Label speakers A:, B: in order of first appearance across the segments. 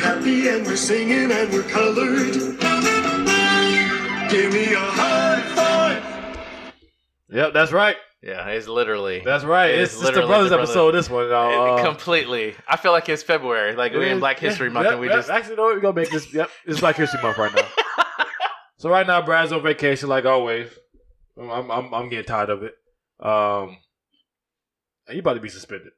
A: happy and we're singing and we're colored. Give me a high five.
B: Yep, that's right.
C: Yeah, it's literally
B: That's right.
C: It
B: it's
C: is
B: it's the
C: literally
B: brothers
C: the brother-
B: episode. This one, y'all.
C: It-
B: Uh,
C: completely. I feel like it's February, like
B: it
C: we're in
B: is-
C: Black History
B: yeah,
C: Month,
B: yep,
C: and we
B: yep.
C: just
B: actually know we're gonna make this. Yep, it's Black History Month right now. so right now, Brad's on vacation, like always. I'm I'm I'm, I'm getting tired of it. Um, and you about to be suspended.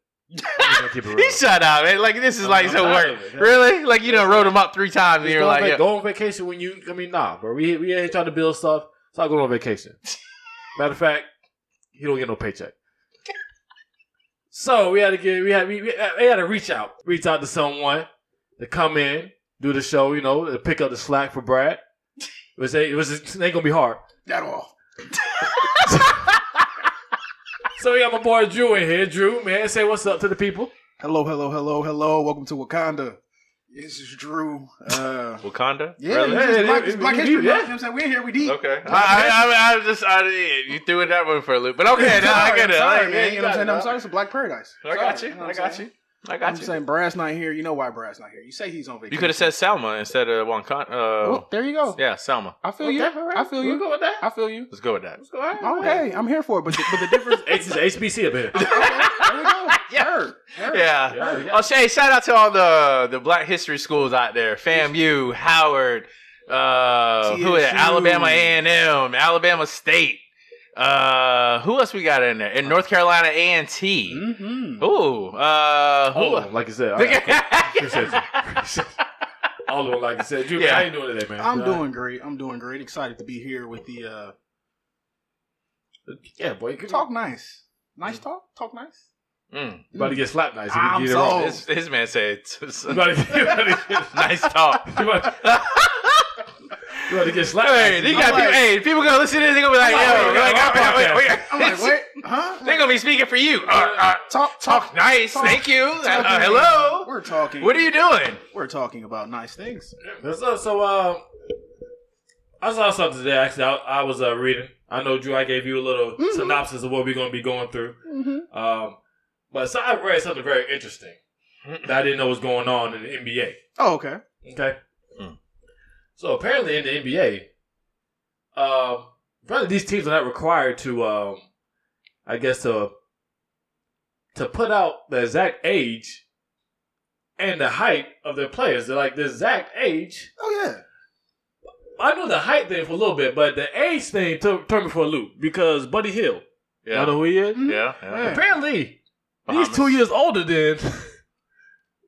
B: I'm gonna keep it real.
C: he shut up. Man. Like this is
B: I'm-
C: like
B: I'm
C: so
B: tired
C: work.
B: of it.
C: Really? Like you done wrote him up three times, and
B: Just
C: you're
B: go, on
C: like,
B: va-
C: yeah.
B: go on vacation when you. I mean, nah, bro. We we ain't trying to build stuff. So I go on vacation. Matter of fact, he don't get no paycheck. So we had to get we had we, we, we had to reach out, reach out to someone to come in, do the show, you know, to pick up the slack for Brad. Which ain't, which is, ain't gonna be hard.
A: That all.
B: So we got my boy Drew in here. Drew, man, say what's up to the people.
A: Hello, hello, hello, hello. Welcome to Wakanda. This is Drew. Uh,
C: Wakanda.
A: yeah,
C: Really?
A: it's just
B: Yeah,
A: Black,
B: it-
A: it's
B: it-
A: Black
B: it-
A: History Month.
B: yeah.
A: You know what I'm saying? We're here, we deep.
C: Okay. I, I, I, I was just, I, you threw it that one for a loop, but okay, no, I get it.
A: Sorry,
C: I,
A: man.
C: get it.
A: you know what I'm saying?
B: got it.
A: I'm sorry. It's a Black Paradise.
C: I got
A: Sorry,
C: you.
A: know what
C: I
A: I'm
C: got
A: saying?
C: you. I
A: I'm
C: got you.
A: saying Brad's not here. You know why Brad's not here. You say he's on vacation.
C: You could have said Salma instead of Wakanda. Uh,
A: Oh, there you go.
C: yeah, Salma.
A: I feel you. I feel
B: We'll
A: you.
B: go with that.
A: I feel you.
C: Let's go with that.
B: Let's go. All right, all right.
A: Okay, I'm here for it. But the, but the difference.
B: It's it's HBC up here.
A: okay, there we go.
C: Yeah.
A: Her, her.
C: Yeah.
B: Yeah, yeah.
C: Oh, Shay, shout out to all the the Black History schools out there: FAMU, Howard, uh, who is it?
A: TSU.
C: Alabama A and M, Alabama State. Uh, who else we got in there? In North Carolina A and T.
A: Mm-hmm.
C: Ooh, uh, who?
A: Oh,
B: Hold on, Oh, like I said. all right, cool. Appreciate you. All of them, like I said. Drew,
C: Yeah.
B: how you doing today, man?
A: I'm
B: Uh,
A: doing great. I'm doing great. Excited to be here with the uh,
B: Yeah, boy. Good
A: talk nice, nice talk, talk nice.
C: Mm.
B: You about to get slapped nice. if you
A: I'm
B: get it wrong.
A: sold.
C: His, his man said, it's- it's-
B: You about to get- you about to get-
C: "Nice talk."
B: you about- you about to get slapped.
C: Hey,
B: nice.
C: they got
A: I'm like-
C: people, hey, people gonna listen to this. They're gonna be like,
B: I'm like,
C: yo,
B: wait,
C: like,
B: wait,
C: wait,
B: wait,
C: wait, wait.
A: I'm like, wait, huh?
C: They're gonna be speaking for you. Uh, uh,
A: talk,
C: talk nice.
A: Talk-
C: Thank you. Uh,
A: talking-
C: uh, hello.
A: We're talking.
C: What are you doing?
A: We're talking about nice things.
B: So, so um, I saw something today. Actually, I, I was uh, reading. I know, Drew. I gave you a little
A: Mhm.
B: synopsis of what we're going to be going through.
A: Mm-hmm.
B: Um, but so I read something very interesting that I didn't know was going on in the NBA.
A: Oh, okay.
B: Okay.
C: Mm.
B: Hmm. So apparently in the NBA, um, apparently these teams are not required to, um, I guess to to put out the exact age and the height of their players. They're like the exact age.
A: Oh yeah.
B: I know the height thing for a little bit, but the age thing took turned me for a loop because Buddy Hill, y'all know who he is.
A: Mhm.
C: Yeah.
A: Yeah.
B: Apparently, he's
C: Bahamas.
B: two years older than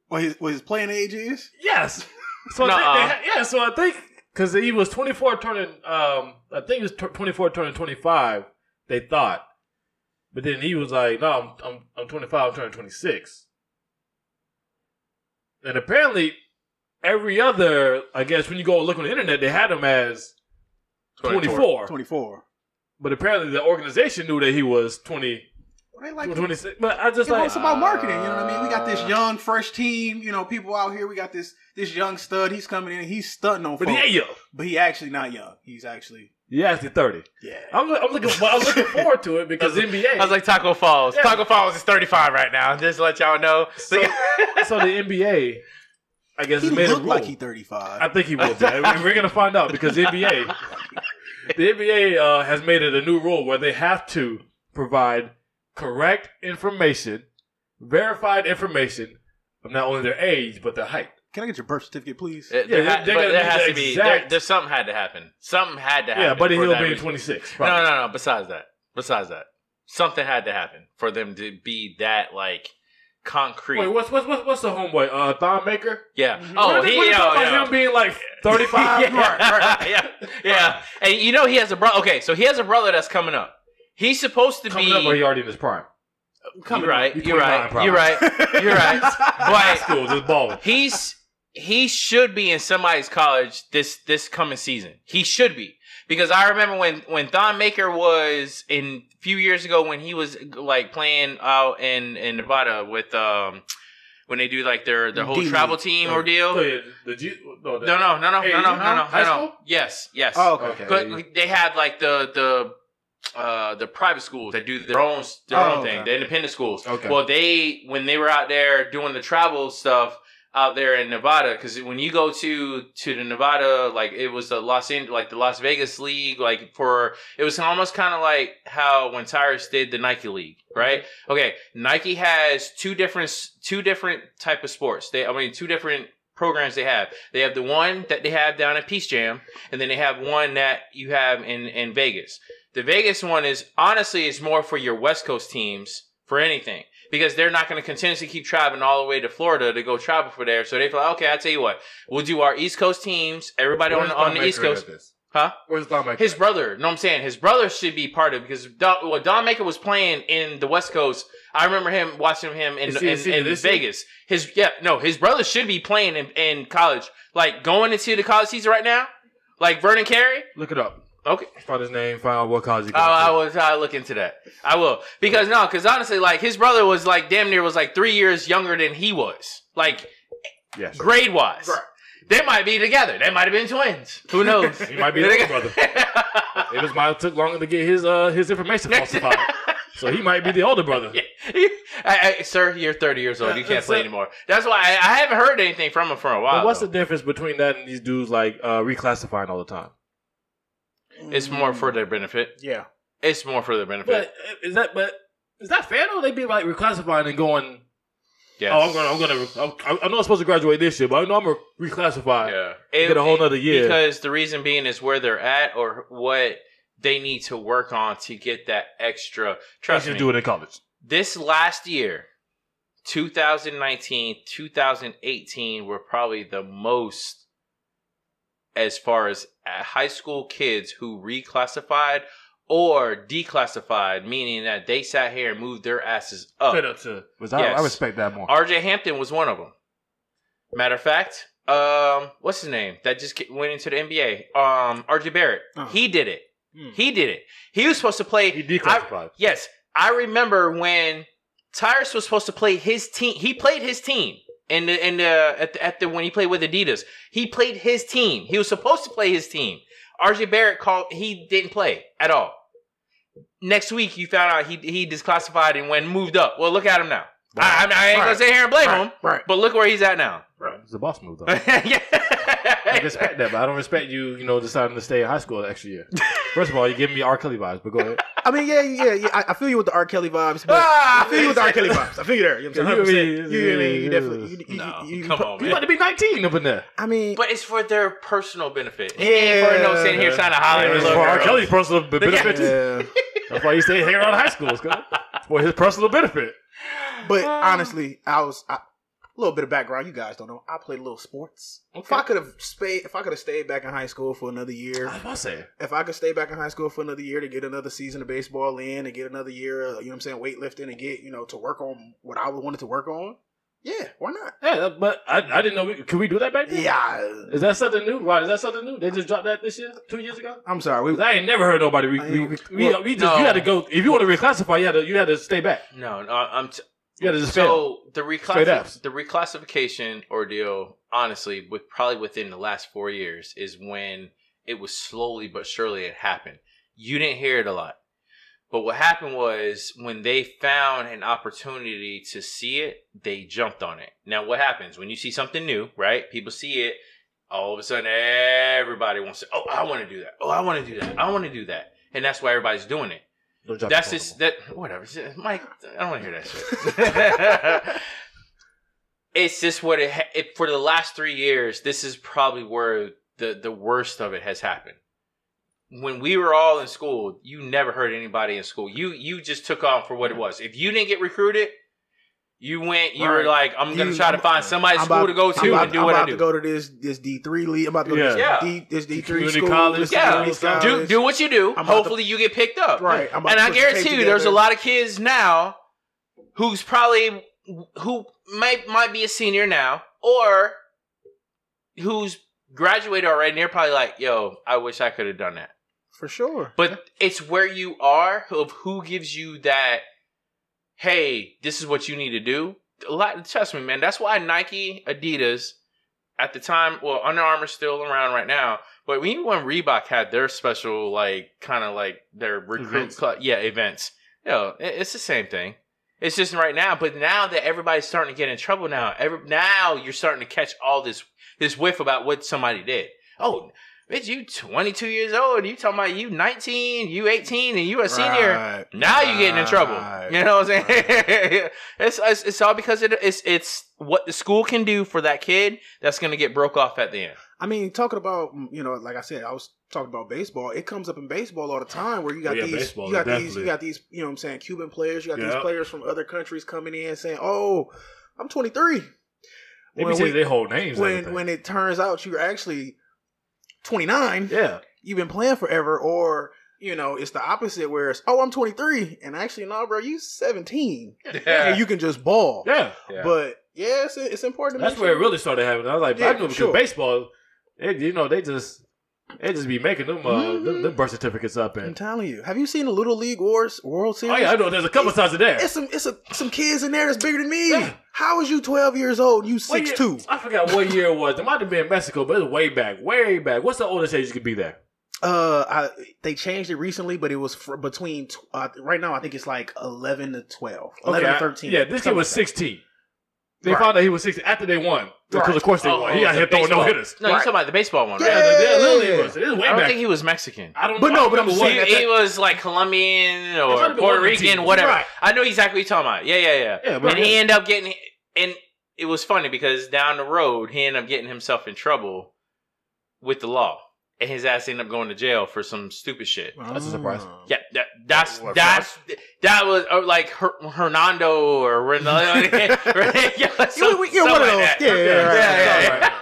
A: What his, what his playing age is?
B: Yes. So I
C: Nuh-uh.
B: think they, yeah, so I think because he was 24 turning, um, I think he was t- 24 turning 25. They thought, but then he was like, "No, I'm I'm, I'm 25. I'm turning 26." And apparently, every other, I guess, when you go look on the internet, they had him as 24.
A: 24. Well,
B: But apparently, the organization knew that he was 20,
A: they like to-
B: 26. But I just
A: you know,
B: like,
A: it's about marketing. You know what I mean? We got this young, fresh team. You know, people out here. We got this this young stud. He's coming in. and He's stunting on
B: but
A: folks.
B: yeah, yo,
A: but he actually not young. He's actually
B: yeah, actually 30.
A: yeah.
B: I'm, I'm looking, I'm looking forward to it because NBA.
C: I was like Taco Falls.
B: Yeah.
C: Taco Falls is 35 right now. Just to let y'all know.
B: So, so the NBA, I guess,
A: He
B: has made a
A: looked
B: rule.
A: like he 35.
B: I think he will. Be. I mean, We're gonna find out because the NBA, the NBA uh, has made it a new rule where they have to provide correct information, verified information of not only their age but their height.
A: Can I get your birth certificate, please?
C: It- there
B: Yeah,
C: ha-
B: they
C: but
B: gotta
C: there
B: do
C: has
B: the
C: to be.
B: exact-
C: There, there's something had to happen. Something had to happen.
B: yeah, Buddy
C: for
B: Hill
C: that
B: being
C: reason.
B: 26.
C: No,
B: probably.
C: no, no. Besides that, besides that, something had to happen for them to be that like concrete.
B: Wait, what's what's what's, what's the homeboy? Uh, Thon Maker.
C: yeah.
A: Mhm.
C: Oh,
B: What are they-
C: he.
B: what are they talking
C: yeah,
B: about
C: yeah.
B: him being like 35.
C: yeah.
B: Right, right.
C: yeah, yeah. And you know he has a brother. Okay, so he has a brother that's coming up. He's supposed to
B: Coming
C: be.
B: up, or he already in his prime.
C: you're right.
B: He's
C: You're right.
B: 29
C: You're right. You're right. But
B: School, just balling.
C: he's he should be in somebody's college this this coming season. He should be because I remember when when Thon Maker was in a few years ago when he was like playing out in in Nevada with um when they do like their their whole
A: D-League.
C: travel team
B: Oh, oh,
C: ordeal.
B: yeah, the G- no, the-
C: No, no, no, no,
B: Hey,
C: no, no, no, no,
B: high
C: no, no.
B: school?
C: Yes, yes.
A: Oh,
B: Okay.
C: But they have like the the uh, the private schools that do their own their
A: Oh,
C: own thing,
A: okay.
C: the independent schools.
B: Okay.
C: Well, they when they were out there doing the travel stuff, out there in Nevada because when you go to to the Nevada, like it was the Los Angeles, like the Las Vegas League, like for it was almost kind of like how when Tyrus did the Nike League, right?
A: Mm-hmm.
C: Okay, Nike has two different two different type of sports. They, I mean, two different programs they have. They have the one that they have down at Peace Jam, and then they have one that you have in in Vegas. The Vegas one is honestly is more for your West Coast teams for anything because they're not going to continuously keep traveling all the way to Florida to go travel for there. So they feel okay. I tell you what, we'll do our East Coast teams. Everybody on,
B: Where's
C: the- on the
B: Thonmaker
C: East Coast,
B: at this?
C: huh?
B: Where's Thonmaker?
C: His brother, know what I'm saying? His brother should be part of it because Don, well, Don Maker was playing in the West Coast. I remember him watching him in,
B: Is he-
C: in,
B: is he
C: in
B: this year?
C: Vegas. His yeah, no, his brother should be playing in, in college. Like going into the college season right now, like Vernon Carey.
B: Look it up.
C: Okay.
B: Find his name. Find out what college he
C: Oh, I
B: goes
C: will. I look into that. I will because no, because honestly, like his brother was like damn near was like three years younger than he was, like
B: to. Yes.
C: grade wise.
B: Right.
C: They might be together. They might have been twins. Who knows?
B: He might be his older brother. It was my took longer to get his uh his information falsified. so he might be the older brother.
C: I, I, sir, you're 30 years old. You
B: Uh,
C: can't play anymore. That's why I, I haven't heard anything from him for a while.
B: But what's
C: though.
B: the difference between that and these dudes like uh reclassifying all the time?
C: it's more for their benefit.
A: Yeah.
C: It's more for their benefit.
B: But uh, is that but is that fair though? They be like reclassifying and going.
C: Yes.
B: Oh, I'm gonna, I'm gonna. I, I know I'm supposed to graduate this year, but I know I'm gonna reclassify.
C: Yeah.
B: Get a whole nother year.
C: Because the reason being is where they're at or what they need to work on to get that extra. Trust
B: you should
C: me.
B: do it in college.
C: This last year, 2019, 2018 were probably the most as far as uh, high school kids who reclassified or declassified, meaning that they sat here and moved their asses up.
B: Straight up to. Which I,
C: Yes.
B: I respect that more.
C: RJ Hampton was one of them. Matter of fact, um, what's his name that just ca- went into the NBA? Um, RJ Barrett.
A: Uh-huh.
C: He did it.
A: Hmm.
C: He did it. He was supposed to play.
B: he declassified.
C: Yes, I remember when Tyrus was supposed to play his team. He played his team in the in the at the, at the when he played with Adidas. He played his team. He was supposed to play his team. RJ Barrett called. He didn't play at all. Next week, you found out he he disclassified and went moved up. Well, look at him now. I, I, mean, I ain't gonna
A: Right.
C: sit here and blame him,
A: Right.
C: but look where he's at now.
B: It's a boss move though.
C: Yeah.
B: I respect that, but I don't respect you. You know, deciding to stay in high school an extra year. First of all, you give me R. Kelly vibes, but go ahead.
A: I mean, yeah, yeah, yeah. I, I feel you with the R. Kelly vibes, but
C: Ah,
A: I feel you with the R. Kelly vibes. I feel you there. You know what I'm saying?
B: You
A: 100%.
B: mean-
A: You, you, you, you definitely. You, you,
C: No,
A: you, you,
C: come on,
B: You
C: man.
B: about to be 19 up in there.
A: I mean,
C: But it's for their personal benefit. It ain't for no sitting here trying to holler at
B: It's
C: little
B: for R.
C: girls.
B: Kelly's personal b- benefit.
A: yeah.
B: That's why he stayed hanging around high schools. cuz. For his personal benefit.
A: But honestly, I was a little bit of background. You guys don't know. I played a little sports. If I could have stayed, if I could have stayed back in high school for another year,
B: I was saying.
A: if I could stay back in high school for another year to get another season of baseball in and get another year, of, you know what I'm saying, weightlifting and get you know to work on what I wanted to work on. Yeah, why not?
B: Yeah, but I, I didn't know. We, could we do that back then?
A: Yeah,
B: Is that something new? Why is that something new? They just dropped that this year, two years ago.
A: I'm sorry.
B: 'Cause
A: We,
B: I ain't never heard nobody. Re-
A: I
B: we,
A: ain't-
B: we, we, just
C: no.
B: you had to go if you want to reclassify. You had to you had to stay back.
C: No, no, I'm. T-
B: You had to just fail.
C: so the
B: Straight ups.
C: reclassi- the reclassification ordeal, honestly, with probably within the last four years, is when it was slowly but surely it happened. You didn't hear it a lot, but what happened was when they found an opportunity to see it, they jumped on it. Now, what happens when you see something new, right? People see it. All of a sudden, everybody wants to. Oh, I want to do that. Oh, I want to do that. I want to do that, and that's why everybody's doing it.
B: Don't drop
C: That's
B: the
C: just
B: phone.
C: that whatever. Mike, I don't want to hear that shit. it's just what it, ha- it for the last three years. This is probably where the the worst of it has happened. When we were all in school, you never heard anybody in school. You you just took on for what it was. If you didn't get recruited, you went. You were
A: Right.
C: like, I'm gonna
A: You-
C: try to find somebody
A: I'm
C: school to go to
A: I'm about,
C: and do
A: I'm
C: what
A: about
C: I do.
A: to go to this this D three league. I'm about to go to this,
C: Yeah.
A: D, this D three
B: community
A: school.
B: college,
A: this
C: yeah.
A: community
B: Do-
C: do
A: college.
C: do what you do.
A: about to-
C: Hopefully, you get picked up.
A: right. I'm about
C: and
A: to
C: I
A: put the tape
C: guarantee you, there's a
A: together.
C: lot of kids now who's probably who might might be a senior now or who's graduated already. And they're probably like, "Yo, I wish I could have done that."
A: for sure.
C: But it's where you are of who gives you that. Hey, this is what you need to do. A lot. Trust me, man. That's why Nike, Adidas, at the time, well, Under Armour's still around right now. But we when Reebok had their special, like kind of like their recruit,
B: Events.
C: club, yeah, events. Yo, i- it's the same thing. It's just right now, but now that everybody's starting to get in trouble now, every now you're starting to catch all this this whiff about what somebody did. Oh, bitch, you 22 years old, you talking about you 19, you 18, and you a senior.
A: Right.
C: Now you're getting in trouble.
A: Right.
C: You know what I'm saying? it's, it's it's all because it, it's it's what the school can do for that kid that's gonna get broke off at the end.
A: I mean, talking about you know, like I said, I was talking about baseball. It comes up in baseball all the time where you got
B: Oh, yeah,
A: these,
B: baseball,
A: you got these,
B: definitely.
A: you got these, you know, what I'm saying Cuban players, you got
B: Yeah.
A: these players from other countries coming in saying, "Oh, I'm 23."
B: They be
A: When we-
B: saying their whole names. and
A: when
B: everything.
A: when it turns out you're actually 29,
B: yeah,
A: you've been playing forever, or you know, it's the opposite where it's, "Oh, I'm 23," and actually, no, bro, you 17, and you can just ball.
B: yeah.
A: But yeah, it's, it's important. To
B: That's
A: make
B: where it
A: sure-
B: really started happening. I was like,
A: Yeah,
B: I knew because
A: sure.
B: baseball, it, you know, they just they just be making them uh, them,
A: Mhm.
B: them birth certificates up
A: I'm
B: and
A: telling you. Have you seen the Little League Wars World Series?
B: oh yeah, I know. There's a couple sides of there.
A: It's some it's a, some kids in there that's bigger than me.
B: Yeah.
A: How is you twelve years old? and You
B: What
A: six
B: year-
A: two.
B: I forgot what year it was. It might have been Mexico, but it's way back, way back. What's the oldest age you could be there?
A: Uh, I, they changed it recently, but it was for between tw- uh, right now. I think it's like eleven to 12, 11
B: Okay, I-
A: to thirteen.
B: yeah, this kid
A: something
B: was
A: like
B: 16. They
A: Right.
B: found out he was 16 after they won. Because
A: Right.
B: of course they
C: Oh,
B: won.
C: oh,
B: He out
C: the
B: here throwing no
C: baseball.
B: hitters.
C: No, you're talking about the baseball one,
A: Yeah.
C: right?
B: Yeah, they- they literally was. It is way
C: I don't
B: back.
C: think he was Mexican.
B: I don't.
A: But
B: I
A: no,
B: don't
A: but I'm
B: remember
A: saying
B: what-
C: He, he was like Colombian
B: It might
C: or
B: have been
C: Puerto
B: one of the
C: Rican,
B: teams.
C: whatever.
B: Right.
C: I know exactly what you're talking about. Yeah, yeah, yeah.
B: Yeah, but-
C: and he ended up getting, and it was funny because down the road he ended up getting himself in trouble with the law, and his ass ended up going to jail for some stupid shit.
A: that.
B: That's a surprise.
A: Ah.
C: Yeah, that, that's
A: What,
C: that's that was uh, like Her- Hernando or Ronaldo. yeah,
A: You-
C: some-
A: You're one of
C: something
A: those.
C: like that.
A: Yeah, yeah,
B: Yeah,
A: right,
C: yeah,
A: right,
C: yeah.
A: right.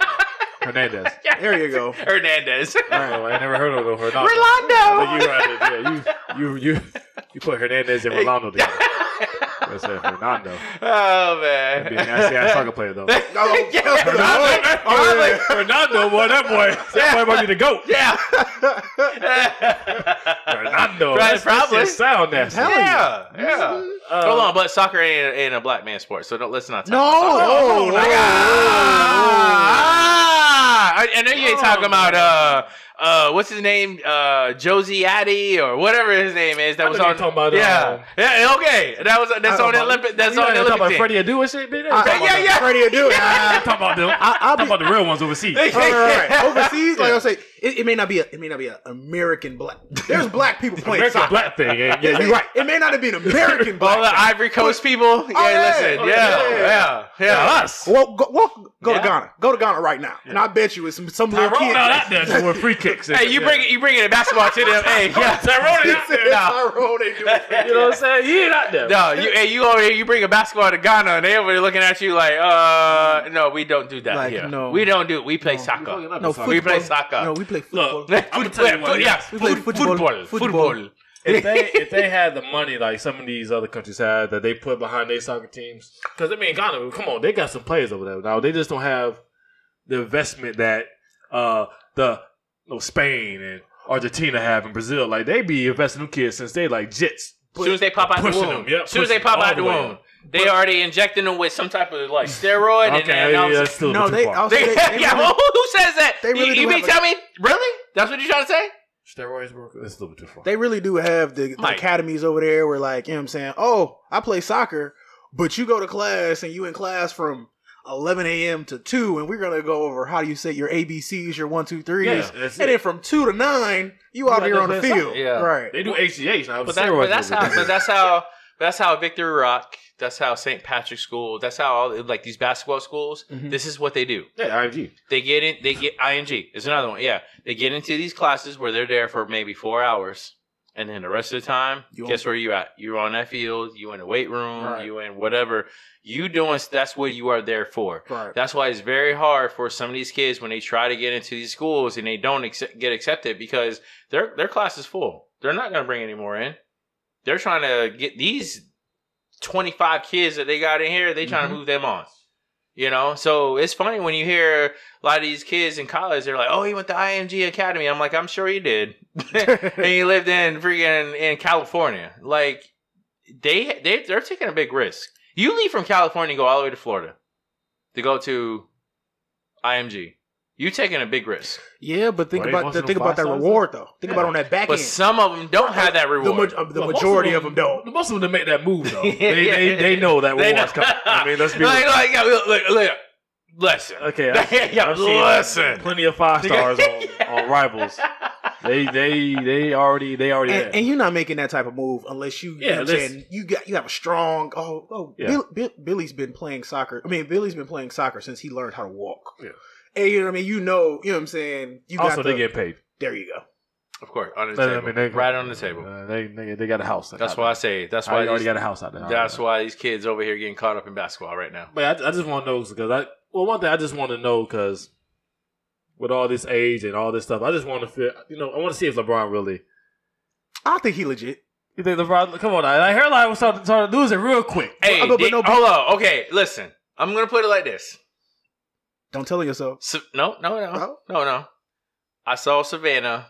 B: Hernandez.
A: There you go.
C: Hernandez.
B: Oh, I never heard of him. Hernandez. But
C: Rolando.
B: you, right, yeah, you, you, you, you put Hernandez and Rolando together. That's it, Hernando.
C: Oh
B: That'd
C: man.
B: be a nasty ass soccer player though.
A: Oh,
C: Yeah.
A: yeah.
B: Oh, yeah. Fernando, boy, that boy, that boy might be the goat.
C: Yeah.
B: Fernando,
C: Right,
B: that's,
C: probably.
B: That shit sound nasty.
A: Hell
C: yeah. Yeah.
A: Mhm.
B: Uh,
C: Hold on, but soccer ain't, ain't a black man sport, so don't let's not talk
A: No.
C: about soccer.
A: Oh,
B: no,
A: no.
B: no,
C: Ah, ah, I, I know you ain't talking
B: Oh,
C: about
B: man.
C: uh uh what's his name uh Josie Addy or whatever his name is that
B: I
C: was
B: thought you were talking
C: on
B: about,
C: yeah
B: um,
C: yeah okay that was that's
A: I-
C: on the
A: I-
C: Olympic that's
B: you
C: on
B: ain't
C: the
B: talking
C: Olympic
B: about
C: team.
B: Freddie Adu and shit, bitch.
A: I-
B: Talk about
C: yeah,
B: that.
C: yeah.
A: Freddie Adu.
B: I'm talking about them.
A: I- I'll
B: I'm talking
A: be-
B: about the real ones overseas.
A: All right, right, right. Overseas, like
B: Yeah.
A: I say, it, it may not be a, it may not be an American black. There's black people playing
B: American
A: soccer.
B: black thing. Yeah, yeah, you're right.
A: It may not be an American black.
C: all the Ivory Coast people yeah
A: yeah.
C: listen
A: Oh,
C: yeah
A: yeah,
C: yeah
A: yeah,
C: yeah,
B: Us.
A: Well, go, well, go
C: Yeah.
A: to Ghana. Go to Ghana right now, and I bet you it's some, some little
B: Tyrone
A: kid.
B: out out there doing free kicks. and
C: hey
B: shit,
C: you
B: yeah.
C: bring you bringing a basketball to them hey yeah
B: Tyrone out there.
C: Nah.
A: Tyrone ain't doing it.
B: You know what I'm saying? He ain't out there.
C: No, you hey, you over here, you bring a basketball to Ghana, and they over there looking at you like, uh, no, we don't do that
A: Like,
C: here.
A: no.
C: we don't do. We play
B: You're fucking
C: soccer.
B: up
A: No,
B: with soccer.
A: football.
C: We play soccer.
A: No, we play football.
B: Look, I'm gonna tell you what.
C: yeah,
B: yes.
C: foot-
A: We play
C: football,
A: football.
C: football,
A: Football.
B: if they if they had the money like some of these other countries had that they put behind their soccer teams, because I mean Ghana, come on, they got some players over there now. They just don't have the investment that uh the you know, Spain and Argentina have in Brazil. Like they be investing in kids since they like jits.
C: As soon as they pop out the
B: Pushing
C: womb,
B: them, yeah,
C: as soon as
B: pushing
C: they pop
B: them all
C: out the
B: the way
C: womb,
B: up.
C: they already injecting them with some type of like steroid, and
B: Okay,
C: then
B: yeah,
C: all of a
B: that's still
C: sudden-
B: a
A: No,
B: bit too
A: they-
B: far.
A: I was-
C: They,
A: They- they
C: yeah,
A: really-
C: who, who says that?
A: they really
C: you
A: do
C: you mean
A: have a-
C: tell me, really? That's what you're trying to say?
B: steroids work. That's a little bit too far.
A: They really do have the, the
C: Mike.
A: academies over there where, like, you know what I'm saying? Oh, I play soccer, but you go to class and you in class from 11 a.m. to 2, and we're going to go over how do you say your ABCs, your 1, 2, 3s.
B: Yeah, that's
A: and
B: it.
A: then from 2 to 9, you
B: You
A: out
B: out
A: here
B: there
A: on the
B: playing
A: field.
C: soccer, yeah.
A: Right.
B: They do HGH now.
C: But, that,
B: steroids
C: but that's
B: over
C: how.
B: there.
C: But that's how. That's how Victor Rock. That's how St. Patrick's School. That's how all like these basketball schools.
A: Mhm.
C: This is what they do.
B: yeah, IMG.
C: They get in. They get ing. Is another one. Yeah, they get into these classes where they're there for maybe four hours, and then the rest of the time,
A: You
C: guess where you at? You're on that field. You in the weight room.
A: Right.
C: You in whatever. You doing. That's what you are there for.
A: Right.
C: That's why it's very hard for some of these kids when they try to get into these schools and they don't accept, get accepted because their their class is full. They're not going to bring any more in. They're trying to get these twenty five kids that they got in here. They trying
A: Mhm.
C: to move them on. You know, so it's funny when you hear a lot of these kids in college. They're like, "Oh, he went to IMG Academy." I'm like, "I'm sure he did." and he lived in freaking in California. Like they they they're taking a big risk. You leave from California, and go all the way to Florida to go to IMG. You're taking a big risk.
A: Yeah, but think
B: Why they
A: about
B: want
A: the,
B: some
A: think about that
B: five-stars?
A: reward though. Think about
B: Yeah.
A: on that back
C: But
A: end.
C: some of them don't have that
A: The,
C: reward.
A: ma- uh, the
B: But most
A: majority of them don't.
B: Most of them make that move though.
C: Yeah,
B: they,
C: yeah,
B: they,
C: yeah.
B: they know that
C: They
B: reward's
C: know.
B: coming. I mean, let's be
C: like, like, yeah, look, look, look. Listen.
B: okay. I've, seen-
C: Oh, Yeah,
B: I've seen
C: listen.
B: plenty of five stars on, on rivals. They they they already they already
A: And, and you're not making that type of move unless you, you
B: Yeah,
A: know what I'm
B: listen.
A: saying, you got you have a strong oh oh
B: Yeah.
A: Bill, Bill, Billy's been playing soccer. I mean Billy's been playing soccer since he learned how to walk.
B: Yeah.
A: And you know what I mean? You know, you know what I'm saying? You got
B: also
A: the,
B: they get paid.
A: there you go.
C: Of course, on the
B: I
C: table,
B: mean, they-
C: right on the table.
B: Uh, they, they they got a house.
C: That's why I say. That's
B: That's why
C: why.
B: they already
C: These,
B: got a house out there.
C: that's why these kids over here getting caught up in basketball right now.
B: But I, I just want to know because I well one thing I just want to know because with all this age and all this stuff, I just want to feel you know I want to see if LeBron really.
A: I think he legit.
B: You think LeBron? Come on, now. that hairline was starting, starting to lose it real quick.
C: Hey,
A: but- but
C: did-
A: no-
C: hold on. Okay, listen. I'm gonna put it like this.
A: Don't tell yourself. Oh,
C: Sa- no, no, no,
A: No?
C: no, no. I saw Savannah,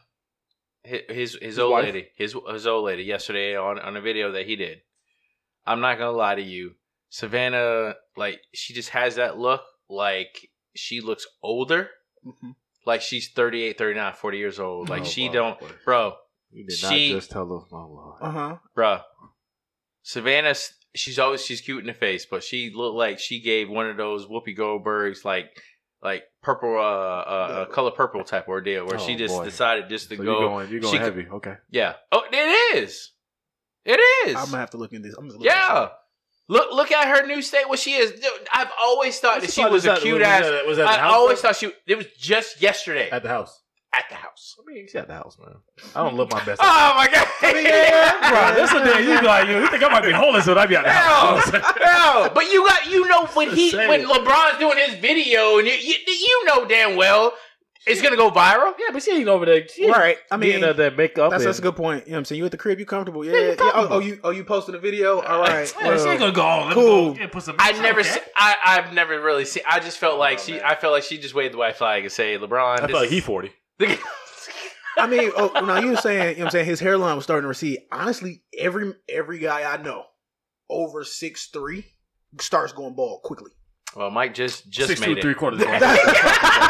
C: his his, his old
B: wife?
C: lady, his his old lady yesterday on on a video that he did. I'm not gonna lie to you, Savannah. Like she just has that look. Like she looks older.
A: Mhm.
C: Like she's 38, 39, 40 years old. Like
B: Oh,
C: she
B: wow.
C: don't, bro,
B: You did
C: She-
B: not just tell us, my lord.
A: Uh-huh.
C: bro. Savannah, she's always she's cute in the face, but she looked like she gave one of those Whoopi Goldberg's like like purple uh, uh color purple type ordeal where
B: Oh,
C: she just
B: boy.
C: decided just to
B: So
C: go
B: you're going, you're going
C: she-
B: heavy. Okay.
C: yeah. Oh, it is. It is.
A: I'm gonna have to look in this. I'm gonna look this
C: yeah.
A: up.
C: Look look at her new state. What she is. Dude, I've always thought that she was a cute ass.
B: That, was that
C: I always thought she. It was just yesterday
B: at the house.
C: at the house.
B: I mean, she at the house, man. I don't live my best. life.
C: Oh my god.
B: Bro, that's the thing. You be like, you think I might be homeless when I be out the house?
C: Hell, hell. But you got you know when he
B: Just saying.
C: when LeBron's doing his video and you you, you know damn well it's gonna go viral.
B: yeah, but she ain't over there. She ain't
A: Right. I mean
B: being, uh, that makeup.
A: that's,
B: and-
A: that's a good point. You know what I'm saying? You at the crib, you comfortable. Yeah.
B: you
A: yeah. Oh,
B: comfortable.
A: oh, you oh you posting a video? All right.
B: Yeah, she ain't gonna
A: well,
B: go. "Oh, Let
A: cool.
B: Me go yeah, put some
C: I never,
B: Okay.
C: se- I, I've never really seen. I just felt like she,
B: man.
C: I felt like she just waved the white flag and say, "LeBron."
B: I felt like he forty.
C: he.
A: I mean, oh, now you were saying, you know what I'm saying, his hairline was starting to recede. Honestly, every every guy I know over six three starts going bald quickly.
C: well, Mike just just
B: Six,
C: made
B: two,
C: it.
B: three quarters. going.
A: every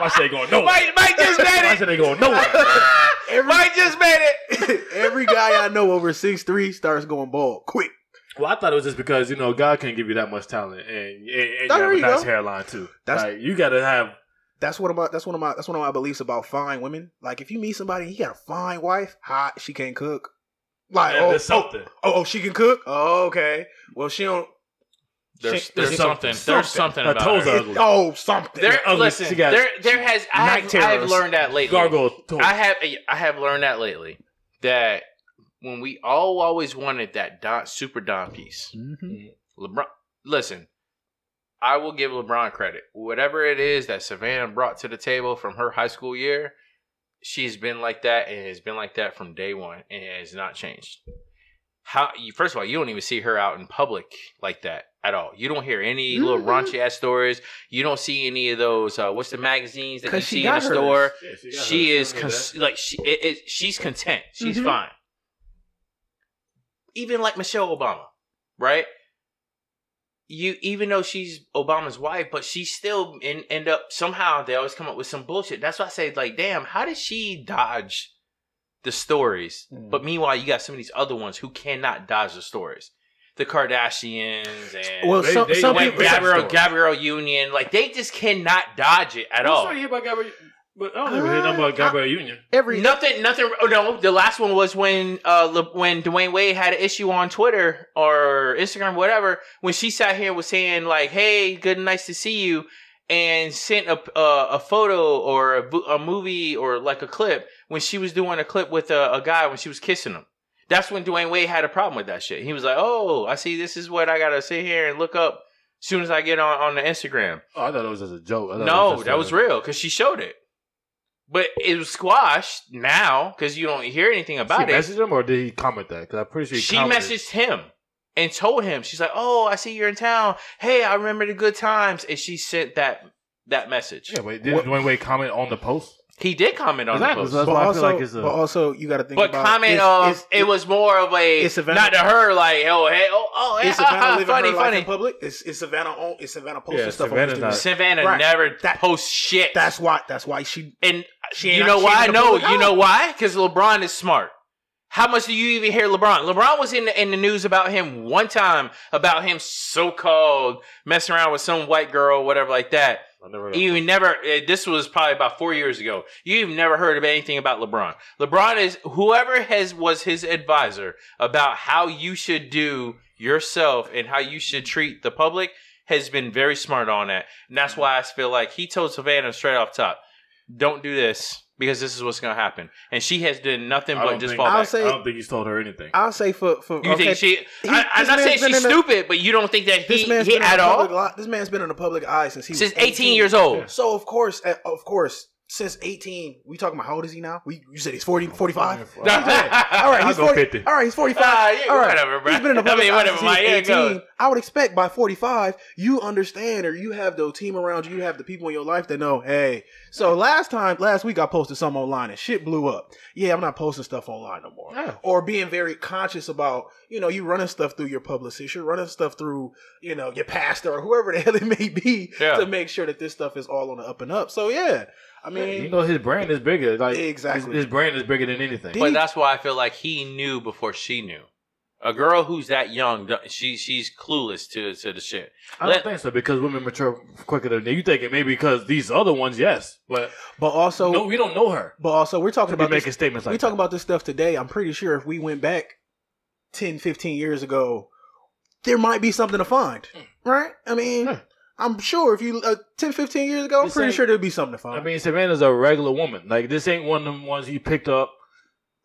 B: My shit going nowhere.
C: Mike, Mike just
B: My
C: made
B: shit
C: it.
B: ain't going nowhere.
C: Mike just made it.
A: every guy I know over six three starts going bald quick.
B: Well, I thought it was just because you know God couldn't give you that much talent, and and, and you
A: There
B: have a
A: you
B: nice
A: go.
B: hairline too.
A: That's-
B: like you gotta have.
A: That's one of my that's one of my that's one of my beliefs about fine women. Like if you meet somebody, and you got a fine wife, hot, she can't cook. Like
B: Yeah,
A: oh,
B: there's
A: oh,
B: something.
A: oh, oh, she can cook. Oh, okay. Well, she don't.
C: There's,
A: She-
C: there's
B: there's
C: something.
B: something.
C: There's something
B: Her
C: about
B: toes
C: her.
B: are-
A: It, oh, something.
C: There,
B: ugly. She
C: listen.
B: got
C: There, there has. I
A: night
C: have, I've
A: terrors.
C: learned that lately.
B: Gargoyle toes.
C: I have. I have learned that lately that when we all always wanted that Don, super Don piece,
A: Mm-hmm.
C: Mm-hmm. LeBron. Listen, I will give LeBron credit. Whatever it is that Savannah brought to the table from her high school year, she's been like that and has been like that from day one and has not changed. How you first of all, you don't even see her out in public like that at all. You don't hear any little
A: Mhm.
C: raunchy ass stories. You don't see any of those. Uh, what's the magazines that you
A: 'Cause she
C: see in the
A: got hers.
C: store?
B: Yeah, got
C: She
B: her.
C: is
B: got
C: cons-
B: that.
C: like she it, it, she's content. She's
A: Mhm.
C: fine. Even like Michelle Obama, right? You even though she's Obama's wife, but she still en- end up somehow they always come up with some bullshit. That's why I say like, damn, how did she dodge the stories?
A: Mhm.
C: But meanwhile, you got some of these other ones who cannot dodge the stories. The Kardashians and
A: Well,
B: They-
A: some,
B: they
A: some
B: went
A: people.
C: when Gabrielle
B: story.
C: Gabrielle Union, like they just cannot dodge it at
B: I'm
C: all.
B: sorry to hear about Gabrielle, but I don't even hear nothing about
A: Uh,
B: Gabrielle Union.
A: Every
C: Nothing, nothing. Oh no, the last one was when uh Le, when Dwayne Wade had an issue on Twitter or Instagram, whatever. When she sat here and was saying like, "Hey, good, nice to see you," and sent a a, a photo or a, vo- a movie or like a clip when she was doing a clip with a, a guy when she was kissing him. That's when Dwayne Wade had a problem with that shit. He was like, "Oh, I see. This is what I gotta sit here and look up." As soon as I get on on the Instagram,
B: Oh, I thought it was just a joke. I thought it
C: no,
B: just
C: that
B: a-
C: was real because she showed it. But it was squashed now because you don't hear anything
B: She
C: about it.
B: messaged him or did he comment that? Because I'm pretty sure
C: She,
B: he commented.
C: messaged him and told him she's like, "Oh, I see you're in town. Hey, I remember the good times." And she sent that that message.
B: Yeah, wait, did
A: What-
B: Dwayne Wade comment on the post?
C: He did comment on
B: Exactly,
C: the
B: so that's-
C: post.
A: but,
B: why I feel
A: also,
B: like it's a-
A: but also, you got to think
C: But
A: about
C: comment
A: it's-
C: of
A: it's-
C: it was more of a
A: it's Savannah-
C: not to her like oh hey oh oh hey,
A: Is Savannah living
C: funny
A: her life in
C: funny.
A: public? Is, is Savannah on? Is Savannah posting
B: Yeah,
A: stuff
B: Savannah's
A: on
B: not-
A: Instagram?
C: Savannah
A: Right.
C: never
A: That-
C: posts shit.
A: That's why. That's why she.
C: and
A: She ain't
C: you
A: out-
C: know
A: she
C: why?
A: ain't in the
C: No,
A: public
C: you
A: eye.
C: know why? Because LeBron is smart. How much do you even hear LeBron? LeBron was in the, in the news about him one time about him so called messing around with some white girl, whatever like that.
B: I never know.
C: You never. eh, This was probably about four years ago. You've never heard of anything about LeBron. LeBron is whoever has was his advisor about how you should do yourself and how you should treat the public has been very smart on that, and that's why I feel like he told Savannah straight off top, "Don't do this because this is what's going to happen," and she has done nothing
B: I
C: but
B: don't
C: just
B: think-
C: fall
A: I'll
C: back.
B: I
A: say.
B: don't think he's told her anything.
A: I'll say for for.
C: You
A: okay,
C: think she? I, I'm
A: this
C: not saying
A: man's been
C: she's
A: in the-
C: stupid, but you don't think that he,
A: this man's
C: he
A: been in
C: at
A: the
C: all
A: public li- this man's been in the public eye since he was
C: since 18 years old.
A: So of course, uh, of course, since 18, we talking about how old is he now? We you said he's 40, 45. All right,
B: I'll
A: he's
B: go
A: 40,
B: 50.
A: All right, he's 45.
C: Ah, yeah,
A: All right.
C: whatever, bro.
A: He's been in the
C: I
A: public
C: mean,
A: eye
C: whatever,
A: since
C: my
A: he was
C: yeah,
A: 18.
C: go.
A: I would expect by 45, you understand or you have the team around you, you have the people in your life that know, hey. So last time, last week, I posted something online and shit blew up. Yeah, I'm not posting stuff online no more.
B: Yeah.
A: Or being very conscious about, you know, you running stuff through your publicist, you're running stuff through, you know, your pastor or whoever the hell it may be
C: Yeah.
A: to make sure that this stuff is all on the up and up. So yeah, I mean,
B: You know his brand is bigger. Like
A: Exactly.
B: his, his brand is bigger than anything.
A: Did-
C: But that's why I feel like he knew before she knew. A girl who's that young, do- she she's clueless to to the shit.
B: I don't
C: Let-
B: think so because women mature quicker than you think it. Maybe because these other ones, yes, but
A: but also,
B: no, we don't know her.
A: but also, we're talking
B: To be
A: about this-
B: making statements
A: we
B: like
A: talk about this stuff today. I'm pretty sure if we went back 10, 15 years ago, there might be something to find,
B: Hmm.
A: right? I mean,
B: Yeah.
A: I'm sure if you uh, 10, 15 years ago, I'm
B: This
A: pretty
B: ain't-
A: sure there'd be something to
B: that.
A: find.
B: I mean, Savannah's a regular woman. Like this ain't one of them ones you picked up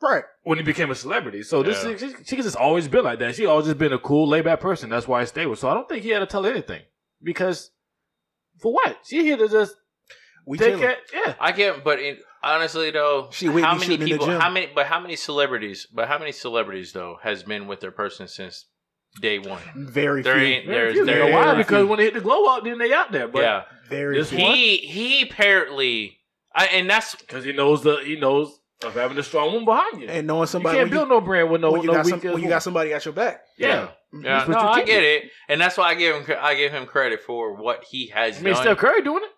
A: right?
B: when he became a celebrity. So this
C: Yeah.
B: is, she, she could just always been like that. She always just been a cool, laid back person. That's why I stayed with. So I don't think he had to tell her anything because for what she here to just
A: We
B: take
A: chilling.
B: it. Yeah,
C: I can't. But it, honestly, though,
A: She Whitney
C: how many
A: shooting in the
C: people?
A: gym.
C: How many? But how many celebrities? But how many celebrities though has been with their person since day one?
A: very
C: There
A: few,
C: ain't. There's.
B: You know
C: there-
B: why?
A: very
B: Because
A: few.
B: when they hit the glow up, then they out there. But
C: yeah.
A: very
B: This
A: few.
B: one-
C: He he apparently. I, and that's
B: because he knows the he knows of having a strong woman behind you.
A: and knowing somebody
B: you
A: when
B: can't build no brand with no
A: when you
B: no
A: got
B: weak
A: some-
B: ass
A: when you
B: woman.
A: got somebody at your back.
B: yeah.
C: yeah,
B: That's
C: no,
B: what you
C: I
B: think.
C: get it, and that's why I give him cre- I give him credit for what he has
B: I mean,
C: done.
B: Steph Curry doing it.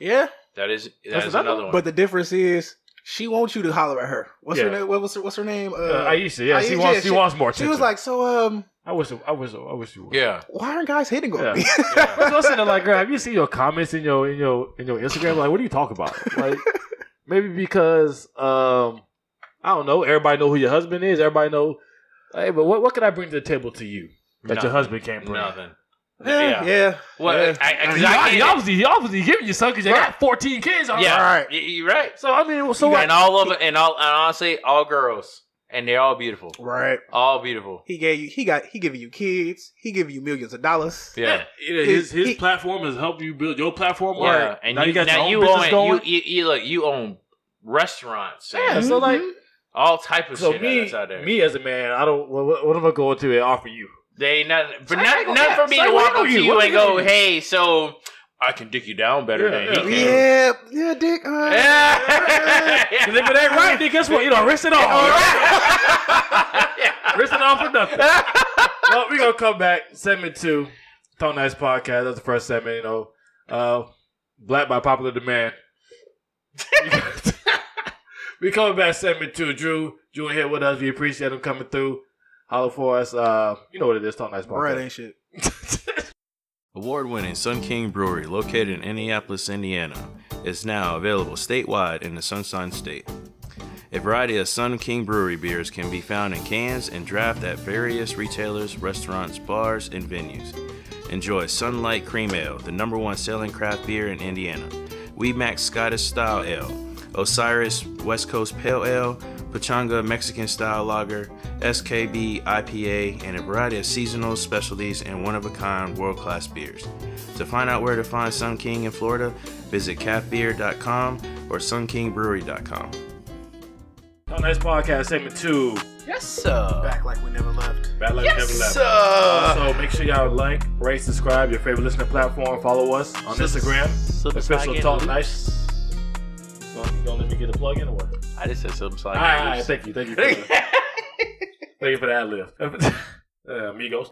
A: yeah.
C: that is that's
B: That's another
C: another
B: one.
C: one.
A: But the difference is, she wants you to holler at her. What's her
B: Yeah.
A: name? What was her, what's her name? Uh,
B: Uh, Aisha, yeah, she
A: Aisha,
B: wants
A: yeah,
B: she,
A: she-
B: wants more.
A: she was
B: attention.
A: like, so um,
B: I wish I wish I wish you would.
C: yeah,
A: why aren't guys hitting on
B: Yeah.
A: me?
C: yeah.
B: That's what I'm saying. Like, girl, have you seen your comments in your in your in your Instagram? Like, what do you talk about? Like, maybe because um, I don't know. Everybody know who your husband is. Everybody know. Hey, but what what can I bring to the table to you that your
C: Nothing.
B: husband can't bring?
C: nothing.
A: yeah. yeah.
C: Well,
A: Yeah.
C: I,
B: I
C: I,
B: mean,
C: 'cause I
B: he,
C: can't-
B: he obviously he obviously giving you something because you
C: Right.
B: got 14 kids. I'm
C: Yeah,
B: like,
A: All right.
C: Y- You're right.
B: So I mean, well, so what?
C: and all of it, and all, and honestly, all girls, and they're all beautiful,
B: uh,
A: Right.
C: all beautiful.
A: He gave you. He got. He giving you kids. He giving you millions of dollars.
C: Yeah,
B: Yeah,
A: His-
B: his his
A: he-
B: platform has helped you build your platform.
C: yeah.
B: All right.
C: And
B: now you, got
C: now
B: your
C: you
B: own business
C: own
B: going.
C: You, you, you look, you own restaurants, and Mhm.
B: Yeah, so
C: Mm-hmm.
B: like,
C: all type of
B: so
C: shit
B: me,
C: that's out there.
B: me as a man, I don't. What, what am I going to and offer you?
C: they ain't nothing for
B: So I
C: not,
B: ain't gonna-
C: not
B: yeah,
C: for me
B: so
C: to
B: I
C: walk
B: ain't
C: up to
B: gonna-
C: you
B: what
C: and
B: you
C: go,
B: gonna do?
C: hey, so I can dick you down better
B: Yeah,
C: than he
B: yeah.
C: can.
A: Yeah. Yeah. Dick. Uh,
C: Yeah.
B: Because if it ain't right, then guess what? You know, risk it
C: All
B: all.
C: right.
B: risk it all for nothing. well, we gonna come back. Segment two, Tone Nice Podcast. That's the first segment. You know, uh, Black by popular demand. we coming back segment two. Drew, Drew in here with us. We appreciate him coming through. Holler for us. Uh, you know what it is. Tone Nice
A: Bread
B: Podcast.
A: ain't shit.
D: Award winning Sun King Brewery, located in Indianapolis, Indiana, is now available statewide in the Sunshine State. A variety of Sun King Brewery beers can be found in cans and draft at various retailers, restaurants, bars, and venues. Enjoy Sunlight Cream Ale, the number one selling craft beer in Indiana, Weed Max Scottish Style Ale, Osiris West Coast Pale Ale, Pachanga Mexican Style Lager, SKB IPA, and a variety of seasonal specialties and one of a kind world class beers. To find out where to find Sun King in Florida, visit cafbeer.com or sunkingbrewery.com.
B: Tone Nice Podcast segment two.
C: yes, sir.
A: Back like we never left.
B: Bad luck
C: Yes,
B: never left.
C: sir.
B: So make sure y'all like, rate, subscribe, your favorite listening platform, follow us on Instagram.
C: Slip a
B: Official
C: slide in.
B: Talk Nice. Don't, don't let me get a plug in or what?
C: I just said something
B: All
C: slightly.
B: right, all right, thank you, thank you, for, the- thank you for that lift, uh, amigos.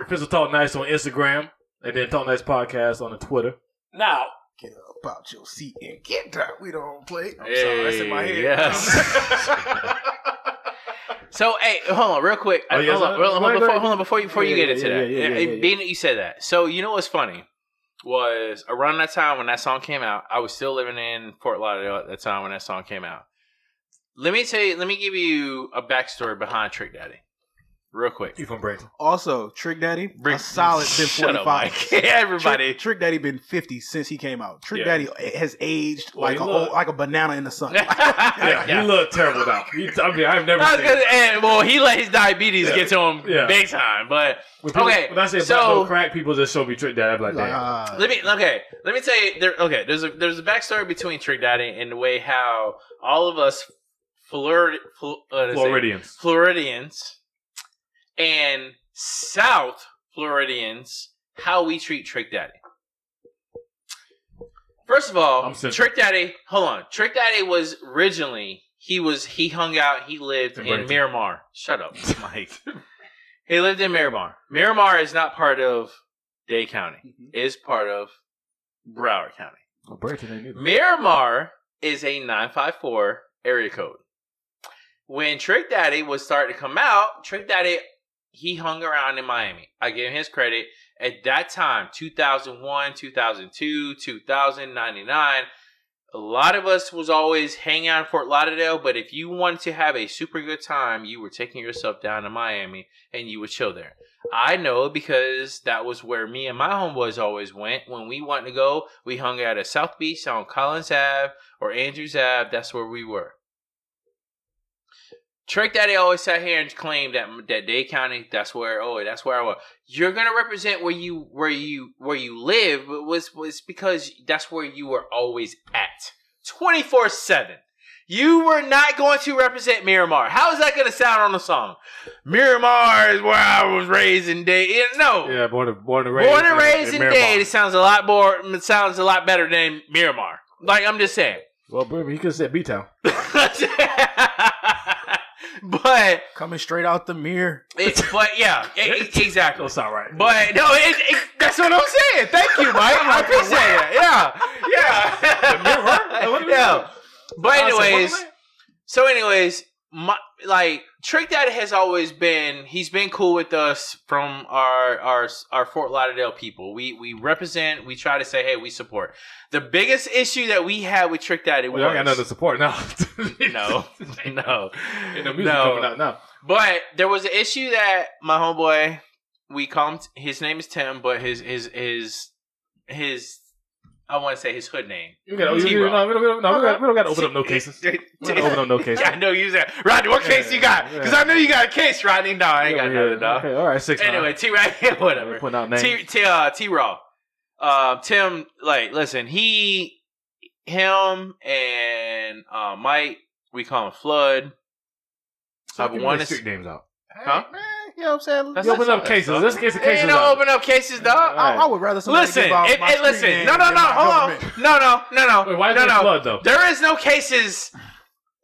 B: Official Talk Nice on Instagram, and then Talk Nice Podcast on the Twitter. Now,
A: Get up out your seat and get down. We don't play. I'm sorry,
C: Hey,
A: that's in my head.
C: yes. so hey, hold on, real quick.
B: Oh, yes,
C: hold, on,
B: I-
C: hold on,
B: go ahead,
C: before,
B: go ahead.
C: hold on, before you before you
B: Yeah,
C: get into
B: yeah,
C: that.
B: yeah, yeah, yeah,
C: Hey,
B: yeah.
C: Being that you said that, so you know what's funny was around that time when that song came out, I was still living in Fort Lauderdale at that time when that song came out. Let me tell you. Let me give you a backstory behind Trick Daddy, real quick.
B: you from Brandon.
A: Also, Trick Daddy,
C: Rick-
A: a solid been
C: Shut up,
A: 45.
C: Mike. Everybody.
A: Trick, Trick Daddy been 50 since he came out. Trick
B: Yeah.
A: Daddy has aged
B: Well,
A: like
B: he
A: a
B: look-
A: old, like a banana in the sun.
B: Yeah,
C: Yeah.
B: you look terrible now. You, I mean, I've never
C: I was
B: seen.
C: gonna, and, well, he let his diabetes
B: Yeah.
C: get to him
B: Yeah.
C: big time. But
B: When people-
C: Okay,
B: when I say
C: so-
B: black don't crack, people just show me trick dad. I'm like,
A: Like,
B: damn.
A: ah.
C: let me okay. Let me tell you. There, okay, there's a there's a backstory between Trick Daddy and the way how all of us Florid, Flo- uh, let's say
B: Floridians.
C: Floridians and South Floridians how we treat Trick Daddy. First of all,
B: I'm central.
C: Trick Daddy. Hold on, Trick Daddy was originally he was he hung out he lived
B: In
C: in,
B: Bradenton.
C: Miramar. Shut up, Mike. he lived in Miramar. Miramar is not part of Day County. It is part of Broward County. Miramar is a 954 area code. When Trick Daddy was starting to come out, Trick Daddy, he hung around in Miami. I give him his credit. At that time, 2001, 2002, 2099, a lot of us was always hanging out in Fort Lauderdale, but if you wanted to have a super good time, you were taking yourself down to Miami and you would chill there. I know because that was where me and my homeboys always went. When we wanted to go, we hung out at South Beach on Collins Ave or Andrews Ave. That's where we were. Trick Daddy always sat here and claimed that that Dade County, that's where oh, that's where I was. You're gonna represent where you where you where you live, but was was because that's where you were always at, twenty four seven. You were not going to represent Miramar. How is that gonna sound on the song? Miramar is where I was raised in Dade. Yeah, No,
B: Yeah, born and born and raised.
C: Born and raised in
B: Miramar.
C: Dade, it sounds a lot more. It sounds a lot better than Miramar. Like I'm just saying.
B: Well, bro, he could have said B town.
C: but
A: coming straight out the mirror.
C: it's but yeah, e- e- exactly.
B: That's all right.
C: But no, it, it, that's what I'm saying. Thank you, Mike. I appreciate it. Yeah, yeah,
B: What do we
C: yeah.
B: do?
C: But
B: I said, what
C: anyways,
B: am I-
C: So, anyways, my like Trick Daddy has always been he's been cool with us from our our our Fort Lauderdale people. We we represent. We try to say, hey, we support. The biggest issue that we had with Trick Daddy
B: we
C: was
B: don't got nothing to support now.
C: no, no,
B: And the music
C: No.
B: coming out now.
C: but there was an issue that my homeboy, we call him. His name is Tim, but his his his his I want to say his hood name.
B: You got, you,
C: T-Rock.
B: no, we don't, we don't, no, we don't, we don't got to open up no cases. We don't open up no cases.
C: Yeah, I know you said Rodney. What case you got? Because I know you got a case, Rodney. No, I ain't got
B: Yeah,
C: nothing, dog.
B: Okay, all right, six.
C: Anyway, T. Right,
B: We're
C: whatever.
B: putting out
C: T.
B: names.
C: T. Uh, T. Raw. Uh, Tim, like, listen, he, him, and uh, Mike, we call him Flood.
B: So
C: I've
B: give me
C: wanna
B: the
C: s-
B: street names out.
C: Huh?
A: Hey, man, you know what I'm saying?
C: That's
B: You open
C: not-
B: up cases. Let's get the
C: Ain't
B: cases
C: no
B: out.
C: open up cases, dog.
A: I, I would rather somebody
C: Listen,
A: give out
C: if,
A: my
C: hey,
A: street
C: listen.
A: name
C: No, no,
A: than
C: no.
A: my
C: Hold on.
A: government.
C: No, no, no, no.
B: Wait, why is
C: no,
B: it
C: no.
B: flood though?
C: There is no cases.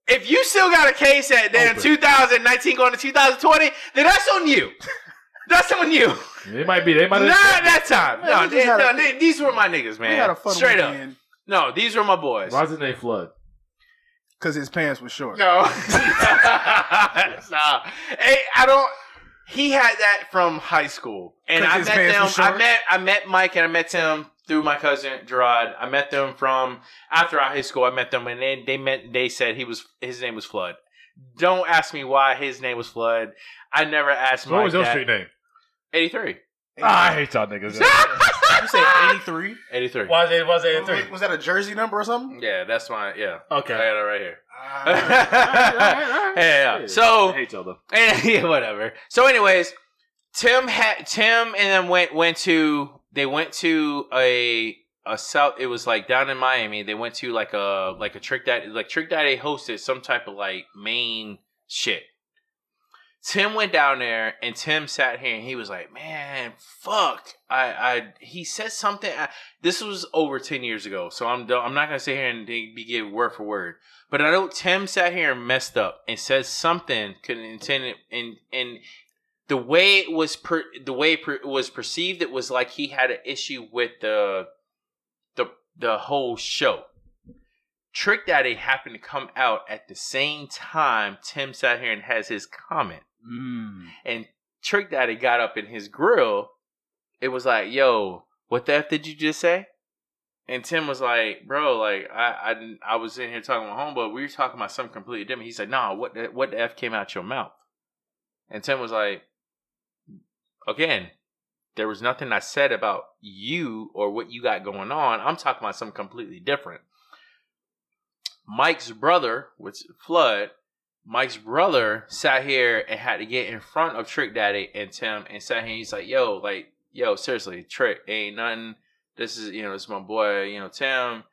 C: If you still got a case at then
B: Open.
C: 2019 going to 2020, then that's on you. That's on you.
B: It might be. They might.
C: Not that time.
A: Man,
C: no,
A: we just
C: they-
A: had
C: no,
A: a-
C: they- these were my niggas,
A: We
C: man.
A: had a fun
C: Straight up.
A: weekend
C: No, these were my boys.
B: Why's his name flood?
A: because his pants were short.
C: No. nah. Hey, I don't. He had that from high school, and
A: 'Cause
C: I
A: his
C: met
A: pants were
C: them. I
A: short?
C: met I met Mike and I met Tim through my cousin Gerard. I met them from after our high school. I met them, and they they met. They said he was his name was Flood. Don't ask me why his name was Flood. I never asked
B: What
C: Mike
B: was your
C: that.
B: street name?
C: Eighty three.
B: Ah, I hate y'all niggas.
A: You said 83?
C: Eighty three.
B: Why is it? Why is it three?
A: Was, was that a jersey number or something?
C: Yeah, that's my yeah. I
B: Okay.
C: got it right here.
A: Ah,
C: yeah. So
B: I hate y'all though.
C: And yeah, whatever. So, anyways, Tim had Tim and then went went to they went to a a south. It was like down in Miami. They went to like a like a trick daddy like trick daddy hosted some type of like main shit. Tim went down there and Tim sat here and he was like, "Man, fuck." I I he said something I, this was over 10 years ago. So I'm don't- I'm not going to sit here and dig- be give word for word. But I know Tim sat here and messed up and said something could intend it and and the way it was per, the way it per, was perceived it was like he had an issue with the the the whole show. Trick Daddy happened to come out at the same time Tim sat here and has his comment.
A: Mm.
C: And Trick Daddy got up in his grill. It was like, yo, what the F did you just say? And Tim was like, bro, like I I, didn't- I was in here talking with homeboy. We were talking about something completely different. He said, nah, what the, what the F came out your mouth? And Tim was like, again, there was nothing I said about you or what you got going on. I'm talking about something completely different. Mike's brother, which Flood, Mike's brother sat here and had to get in front of Trick Daddy and Tim and sat here. And he's like, "Yo, like, yo, seriously, Trick ain't nothing. This is, you know, it's my boy, you know, Tim.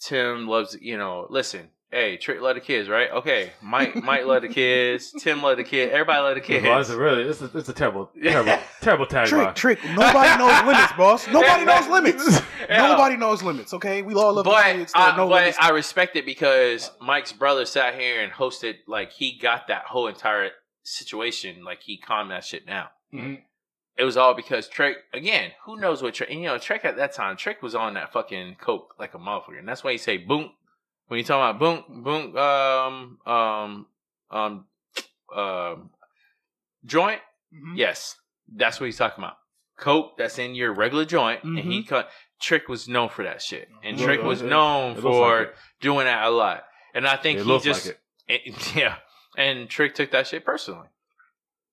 C: Tim loves, you know, listen." Hey, Trick love the kids, right? Okay, Mike, Mike love the kids. Tim love the kid. Everybody love the kids.
B: Well, it's a really, it's a, it's a terrible, terrible, terrible
A: Trick,
B: tagline.
A: trick. Nobody knows limits, boss. Nobody knows limits.
C: Yeah.
A: Nobody knows limits. Okay, we all love the
C: but
A: kids. there
C: I,
A: are no
C: but
A: limits.
C: I respect it because Mike's brother sat here and hosted like he got that whole entire situation like he calmed that shit down.
A: Mm-hmm.
B: Mhm.
C: It was all because Trick again. Who knows what Trick? And, you know, Trick at that time, Trick was on that fucking coke like a motherfucker, and that's why he say boom when you talking about boom boom um um um um joint.
A: Mhm.
C: Yes, that's what he's talking about. Coke that's in your regular joint, and he cut. Trick was known for that shit, and
B: Yeah,
C: Trick was
B: Mm-hmm. it-
C: known
B: it looks
C: for
B: like it.
C: doing that a lot. And I think
B: It
C: he
B: looks
C: just,
B: like
C: it- yeah. And Trick took that shit personally.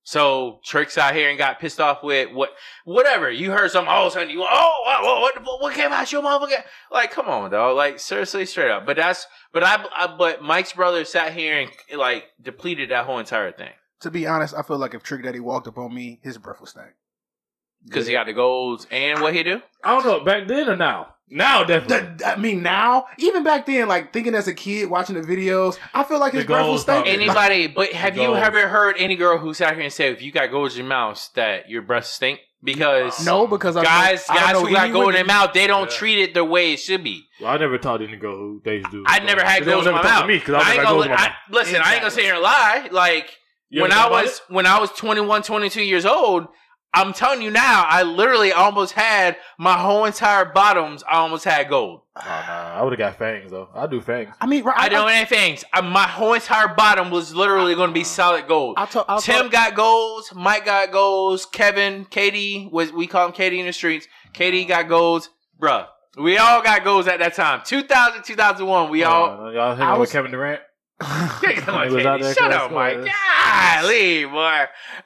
C: So Trick's out here and got pissed off with what, whatever. You heard something all of a sudden. You oh, what, what, what, the fuck- what came out your motherfucker? Like, come on, dog. Like, seriously, straight up. But that's, but I, I, but Mike's brother sat here and like depleted that whole entire thing
A: To be honest, I feel like if Trick Daddy walked up on me, his breath would stank.
C: because he got the golds and what he do.
B: I don't know, back then or now? Now, definitely.
A: Th- I mean, now, even back then, like thinking as a kid watching the videos, I feel like his
B: The
A: breath
B: goals
A: was stank.
B: probably-
C: Anybody, but have you
B: Goals.
C: ever heard any girl who's out here and say if you got gold in your mouth that your breath stink? Because
A: No, because I know-
C: guys,
A: I don't
C: guys
A: know
C: who got
A: any
C: gold in their
A: women-
C: mouth, they don't
B: Yeah.
C: treat it the way it should be.
B: well, I never taught any girl who they used to do.
C: I never had
B: They don't
C: gold in my
B: never talk
C: mouth.
B: to me 'cause I
C: I ain't
B: never had
C: gonna,
B: gold in my
C: I-
B: mouth.
C: listen, I ain't gonna sit here and lie. Like
B: You
C: when
B: ever
C: I
B: thought about
C: was when I was 21, 22 years old, I'm telling you now, I literally almost had my whole entire bottoms. I almost had gold.
B: it? Oh, nah, I would have got fangs though. I do fangs.
A: I mean, right,
C: I don't have things. I, my whole entire bottom was literally going to
B: Uh-uh.
C: be solid gold.
A: I'll talk. I'll
C: Tim
A: talk-
C: got goals. Mike got goals. Kevin, Katie was we call him Katie in the streets. Katie got goals, bruh. We all got goals at that time. 2000, 2001, we all.
B: Uh, y'all hanging
A: I
B: with
A: was-
B: Kevin Durant.
C: Come on,
B: He was out
C: Katie,
B: there
C: Shut up,
B: collecting
C: Mike.
B: squares.
C: Golly, boy. All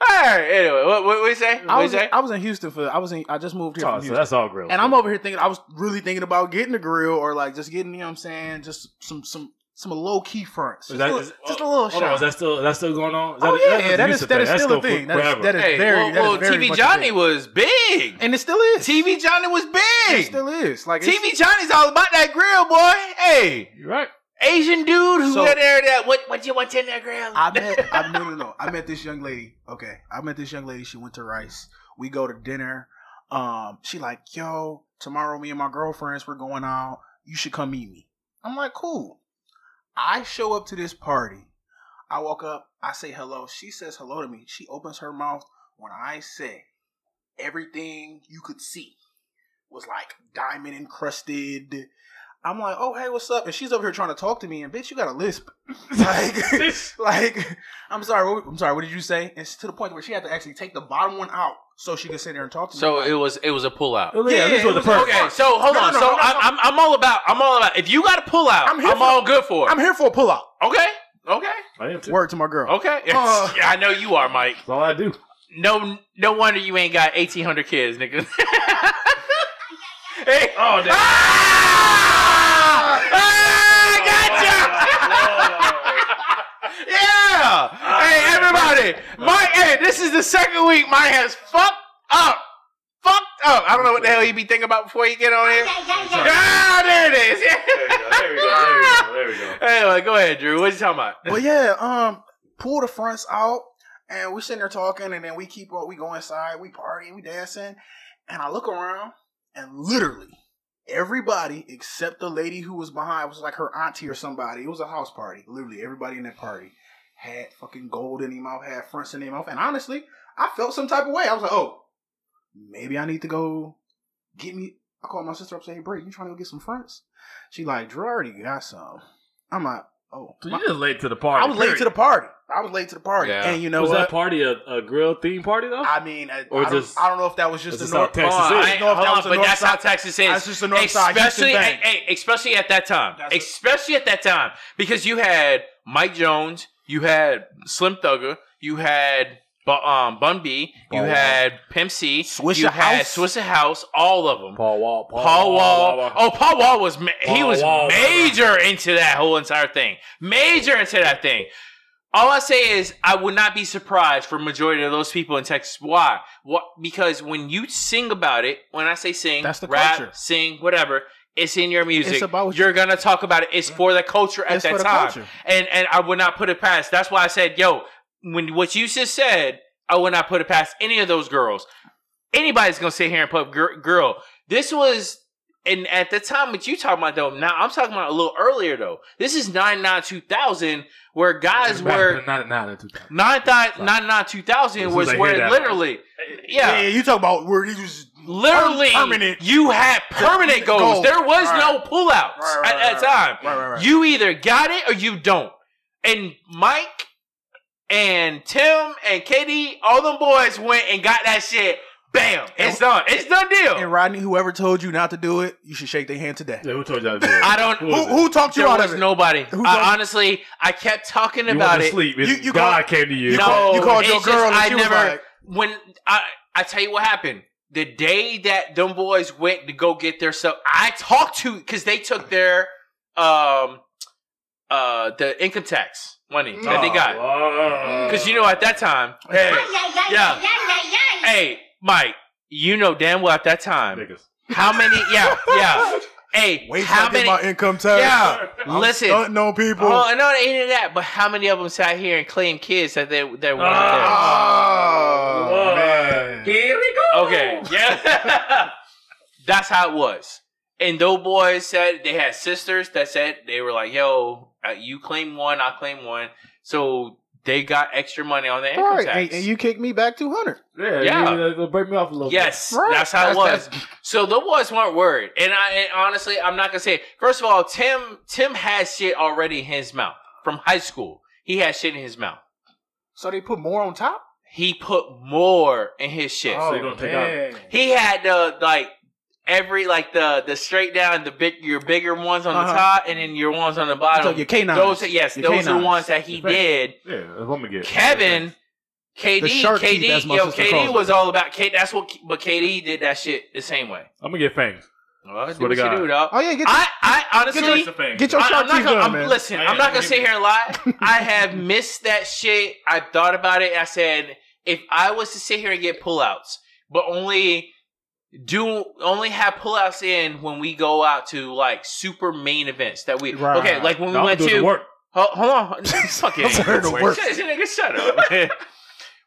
C: right. Anyway, what what we say?
A: I
C: What we
A: was,
C: say?
A: I was in Houston for I was in I just moved here
B: Oh,
A: from
B: so
A: Houston.
B: that's all grills.
A: and I'm over here thinking I was really thinking about getting a grill or like just getting you know what I'm saying just some some some low key fronts just,
B: Is that-
A: a,
B: is- oh,
A: little- just a little
B: Hold on, is
A: shot.
B: that still is that still going on? Is
A: Oh
B: that,
A: yeah, that is that is still a thing. That is, that is
C: Hey, well,
A: very that is
C: well,
A: very
C: TV
A: much a
C: Johnny
A: thing.
C: was big.
A: and it still is
C: TV Johnny was
A: it
C: big.
A: still is like it's-
C: TV Johnny's all about that grill, boy. Hey,
B: You're right.
C: Asian dude who
A: So-
C: in there that what what you want in that grill?
A: I met I no no no. I met this young lady. Okay. I met this young lady. She went to Rice. We go to dinner. Um, she like, yo, tomorrow me and my girlfriends, we're going out. You should come meet me. I'm like, cool. I show up to this party. I walk up, I say hello. She says hello to me. She opens her mouth when I say everything you could see was like diamond encrusted. I'm like, oh hey, what's up? And she's over here trying to talk to me, and bitch, you got a lisp. Like like I'm sorry, what, I'm sorry. What did you say? It's to the point where she had to actually take the bottom one out so she could sit there and talk to me.
C: So it was it was a pullout.
B: Well, yeah,
A: Yeah,
B: this
A: it
B: was the
A: was-
B: perfect.
C: Okay, so hold
A: No,
C: on.
A: no,
C: so
A: no, no,
C: I'm,
A: no.
C: I'm I'm all about I'm all about. If you got a pullout,
A: I'm
C: I'm,
A: here for-
C: all good for it.
A: I'm here for a pullout.
C: okay, okay,
B: I am too.
A: Word to my girl.
C: okay.
A: Uh.
C: yeah, I know you are, Mike.
B: That's all I do.
C: No, no wonder you ain't got eighteen hundred kids, nigga. hey,
B: Oh, damn.
C: ah! Ah, gotcha. yeah. hey, everybody. Mike. Hey, this is the second week Mike has fucked up. Fucked up. I don't know what the hell he be thinking about before he get on here. Ah, there it is.
B: There we go. There we go. There we go.
C: Anyway, go ahead, Drew. What you talking about?
A: But yeah, um, pull the fronts out, And we sitting there talking, and then we keep on, we go inside, we party, we dancing, and I look around, and literally everybody except the lady who was behind was like her auntie or somebody. It was a house party. Literally everybody in that party had fucking gold in their mouth, had fronts in their mouth, and honestly, I felt some type of way. I was like, oh, maybe I need to go get me. I called my sister up, say, hey, Brie, you trying to go get some fronts? She like, Drew I already got some. I'm like, oh,
B: So
A: my-
B: you just late to the party.
A: I was late to the party. I was late to the party,
C: Yeah.
A: and you know
B: was
A: what?
B: that party a, a grill theme party though?
A: I mean, I,
B: Or
A: I, don't,
B: just-
A: I don't know if that was just
B: This
A: the
B: is how
A: north.
B: Texas
C: Hold on,
B: is.
C: I ain't-
A: No, if
C: hold
A: that
C: on,
A: was the
C: but
A: north
C: that's how
A: side-
C: Texas
A: That's
C: is.
A: just the north side.
C: Especially,
A: Houston
C: hey,
A: thing.
C: hey, especially at that time.
A: That's a-
C: especially at that time, because you had Mike Jones, you had Slim Thugger, you had Bu- um, Bun B, you
B: Paul
C: had Pimp C,
A: Swisher
C: you had
A: House.
C: Swisher House, all of them.
B: Paul Wall. Paul,
C: Paul Wall. Oh, Paul Wall was ma- he
B: Paul
C: was
B: Wall, bro.
C: major into that whole entire thing. Major into that thing. All I say is I would not be surprised for majority of those people in Texas. Why? What? Because when you sing about it, when I say sing,
A: That's the
C: rap,
A: culture.
C: sing, whatever. It's in your music.
A: It's about- Mm-hmm.
C: You're gonna talk about it. It's for the culture at
A: It's
C: that
A: for the
C: time,
A: culture.
C: and and I would not put it past. That's why I said, yo, when what you just said, I would not put it past any of those girls. Anybody's gonna sit here and put gir- girl. This was and at the time what you talking about though, now I'm talking about a little earlier though. This is 99 2000 where guys were
B: not not in 2000.
C: 99 2000
B: As soon
C: was
B: as I hear
C: where
B: that,
C: literally yeah.
A: you talk about where he was
C: Literally,
A: Per- permanent.
C: you had permanent
A: The-
C: goals.
A: goals.
C: There was
A: Right.
C: no pullouts
A: Right, right,
C: at
A: right,
C: that time.
A: right, right, right.
C: You either got it or you don't. And Mike and Tim and Katie, all them boys went and got that shit. Bam! It's done. It's done deal.
A: And Rodney, whoever told you not to do it, you should shake their hand today.
B: Yeah, who told you that?
C: I don't.
B: was
A: Who,
B: it?
A: who talked you
C: there
A: out
C: was
A: of it?
C: nobody.
A: Who
C: I,
A: told-
C: honestly, I kept talking
B: You
C: about
B: went
C: it.
B: to sleep.
A: You-
B: You,
A: you
B: God
A: called-
B: came to you.
A: You
C: No,
A: called- you called
C: it's
A: your
C: just
A: girl and
C: I
A: she was
C: never.
A: like-
C: when I I tell you what happened. The day that them boys went to go get their stuff, I talked to because they took their um uh the income tax money that
A: Oh,
C: they got because you know at that time, hey, yeah, hey, Mike, you know damn well at that time
B: Niggas.
C: how many, yeah, yeah, hey,
A: Wait till I
C: how
A: get
C: many,
A: my income tax.
C: yeah,
A: I'm
C: listen,
A: stunting on people.
C: Oh, no, it ain't that. But how many of them sat here and claimed kids that they that weren't
A: Ah. Oh,
B: Lord.
A: man.
B: Here we go.
C: there? Okay, yeah, that's how it was. And those boys said they had sisters that said they were like, "Yo, uh, you claim one, I claim one." So they got extra money on their income
A: Right,
C: tax.
A: and, and you kicked me back 200.
B: Yeah,
C: Yeah.
B: yeah. You, it'll break me off a little.
C: yes,
A: Right.
C: that's how it was.
A: that's-
C: So the boys weren't worried, and I and honestly, I'm not gonna say. It. First of all, Tim Tim has shit already in his mouth from high school. He had shit in his mouth.
A: so they put more on top?
C: he put more in his shit.
B: Oh. you gonna take out-
A: man.
C: He had the like every like the the straight down the big your bigger ones on the
A: Uh-huh.
C: top and then your ones on the
A: So
C: bottom.
A: your canines.
C: those yes,
A: Your
C: those are the
A: canines.
C: ones that he
B: Right.
C: did.
B: bit. Yeah, that's what I'm gonna get.
C: Kevin, KD,
A: The shark teeth,
C: KD,
A: that's my
C: yo,
A: sister
C: KD
A: calls it.
C: was all about K. That's what, but KD did that shit the same way.
B: I'm gonna get fangs.
C: Well, do
B: Swear
C: what
B: to
C: you
B: God.
C: do, dog.
A: Oh, yeah, get,
C: I, I honestly,
B: It's a fang.
A: get your
C: I,
A: shark
C: am not
A: teeth
C: gonna,
A: done,
C: I'm,
A: man.
C: listen,
B: I
C: I'm
B: am.
C: not gonna
B: You
C: sit
B: do.
C: here and lie. I have missed that shit. I thought about it. I said, if I was to sit here and get pullouts, but only do only have pullouts in when we go out to like super main events that we
A: Right.
C: okay, like when we
B: No, I'm
C: went
B: doing
C: to
B: the work.
C: Ho- hold on, fucking
A: I'm tired of work.
C: Shut, nigga, shut up.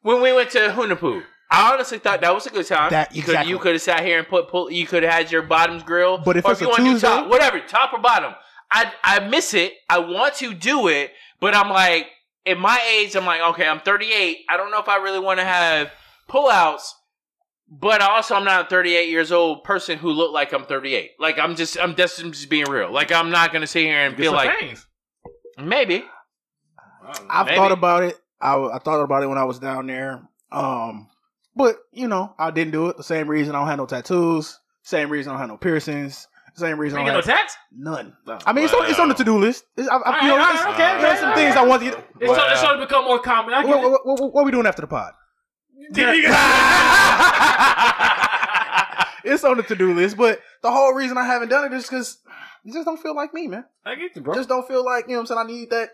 C: when we went to Hunapu. I honestly thought that was a good time.
A: That-
C: You could-
A: exactly.
C: You could have sat here and put pull. You could have had your bottoms grill.
A: But if
C: or
A: it's
C: if you
A: a
C: want to do
A: Tuesday-
C: top, whatever, top or bottom. I I miss it. I want to do it, but I'm like, at my age, I'm like, okay, I'm 38. I don't know if I really want to have pullouts. But also, I'm not a 38 years old person who look like I'm 38. Like I'm just, I'm just, I'm just being real. Like I'm not gonna sit here and
B: Get
C: feel
B: some
C: like
B: fangs.
C: maybe.
A: I've
C: Maybe.
A: thought about it. I, I thought about it when I was down there. Um, but you know, I didn't do it. The same reason I don't have no tattoos. Same reason I don't have no piercings. Same reason I
B: You
A: don't
B: get no
A: have
B: tax?
A: none. I mean, it's on, it's on the to do list. It's, I, I, you
B: All
A: know,
B: right,
A: it's,
B: all right,
A: okay, there's some
B: okay.
A: things I want to get.
B: It's
C: Wow.
B: starting, it's starting to become more common. I get
A: What,
B: it.
A: what, what, what are we doing after the pod? It's on the to do list, but the whole reason I haven't done it is because you just don't feel like me, man.
B: I get you, bro.
A: Just don't feel like you know. what I'm saying I need that.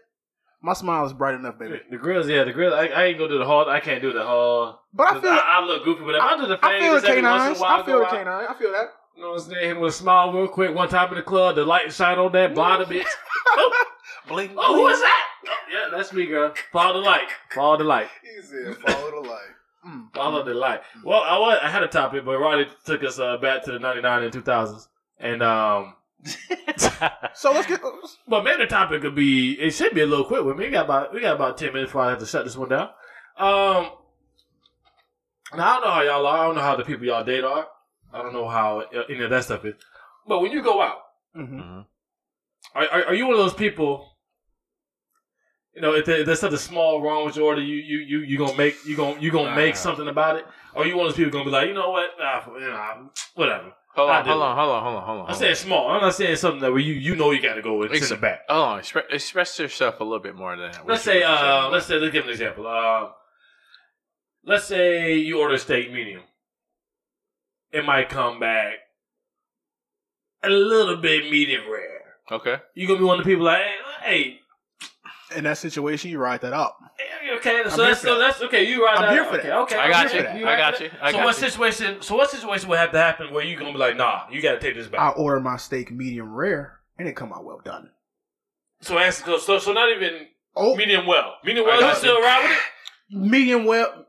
A: My smile is bright enough, baby.
B: the grills, yeah, the grill. I, I ain't gonna do the whole. I can't do the whole.
A: But I
B: 'cause
A: feel, I,
B: I, I look goofy, but if I, do the fangs
A: feel the
B: every once
A: canines.
B: in a while,
A: I feel the
B: go out,
A: canine. I feel that.
B: You know what I'm saying? Hit him with a smile real quick. One time in the club, the light shine on that bottom bitch.
A: Blink.
B: Oh, who is that? Oh, yeah, that's me, girl. Follow the light. Follow the light.
E: He said, follow the light.
A: Mm.
B: Follow the light. Well, I was, I had a topic, but Ronnie took us uh, back to the '99 and 2000s, and um.
A: So let's get.
B: But maybe the topic could be it should be a little quick one. We got about we got about ten minutes before I have to shut this one down. Um now I don't know how y'all are, I don't know how the people y'all date are. I don't know how uh, any of that stuff is. But when you go out,
A: Mhm.
C: Mm-hmm.
B: are are, are you one of those people you know, if, there, if there's something small wrong with your order, you you you you gonna make you gonna you gonna make
C: Nah.
B: something about it, or you one of those people gonna be like, you know what, nah, you know, whatever.
C: Hold
B: I
C: on,
B: do.
C: hold on, hold on, hold on, hold on.
B: I'm
C: hold on.
B: saying small. I'm not saying something that where you you know you got to go and send
C: Listen.
B: it back.
C: Hold on, expre- express yourself a little bit more than that. What
B: let's
C: you-
B: say
C: what you said.
B: uh, let's say let's give an example. Um, let's say you order steak medium. It might come back a little bit medium rare.
C: okay.
B: You gonna be one of the people like, hey,
A: In that situation, you ride that up.
B: hey okay, so
A: here
B: that's
A: for
B: so
A: that.
B: that's okay. You right
A: I'm
B: now.
A: here for
B: okay,
A: that.
B: okay,
C: I
B: I'm
C: got
B: here
C: you.
B: for that.
C: I
B: right
C: got
B: now.
C: you. I
B: so
C: got
B: what
C: you.
B: situation? So what situation would have to happen where you gonna be like, nah, you gotta take this back.
A: I order my steak medium rare, and it come out well done.
B: So answer. So so not even
A: Oh,
B: medium well. Medium
C: I
B: well.
C: got
B: You
C: you.
B: still ride with it?
A: medium well.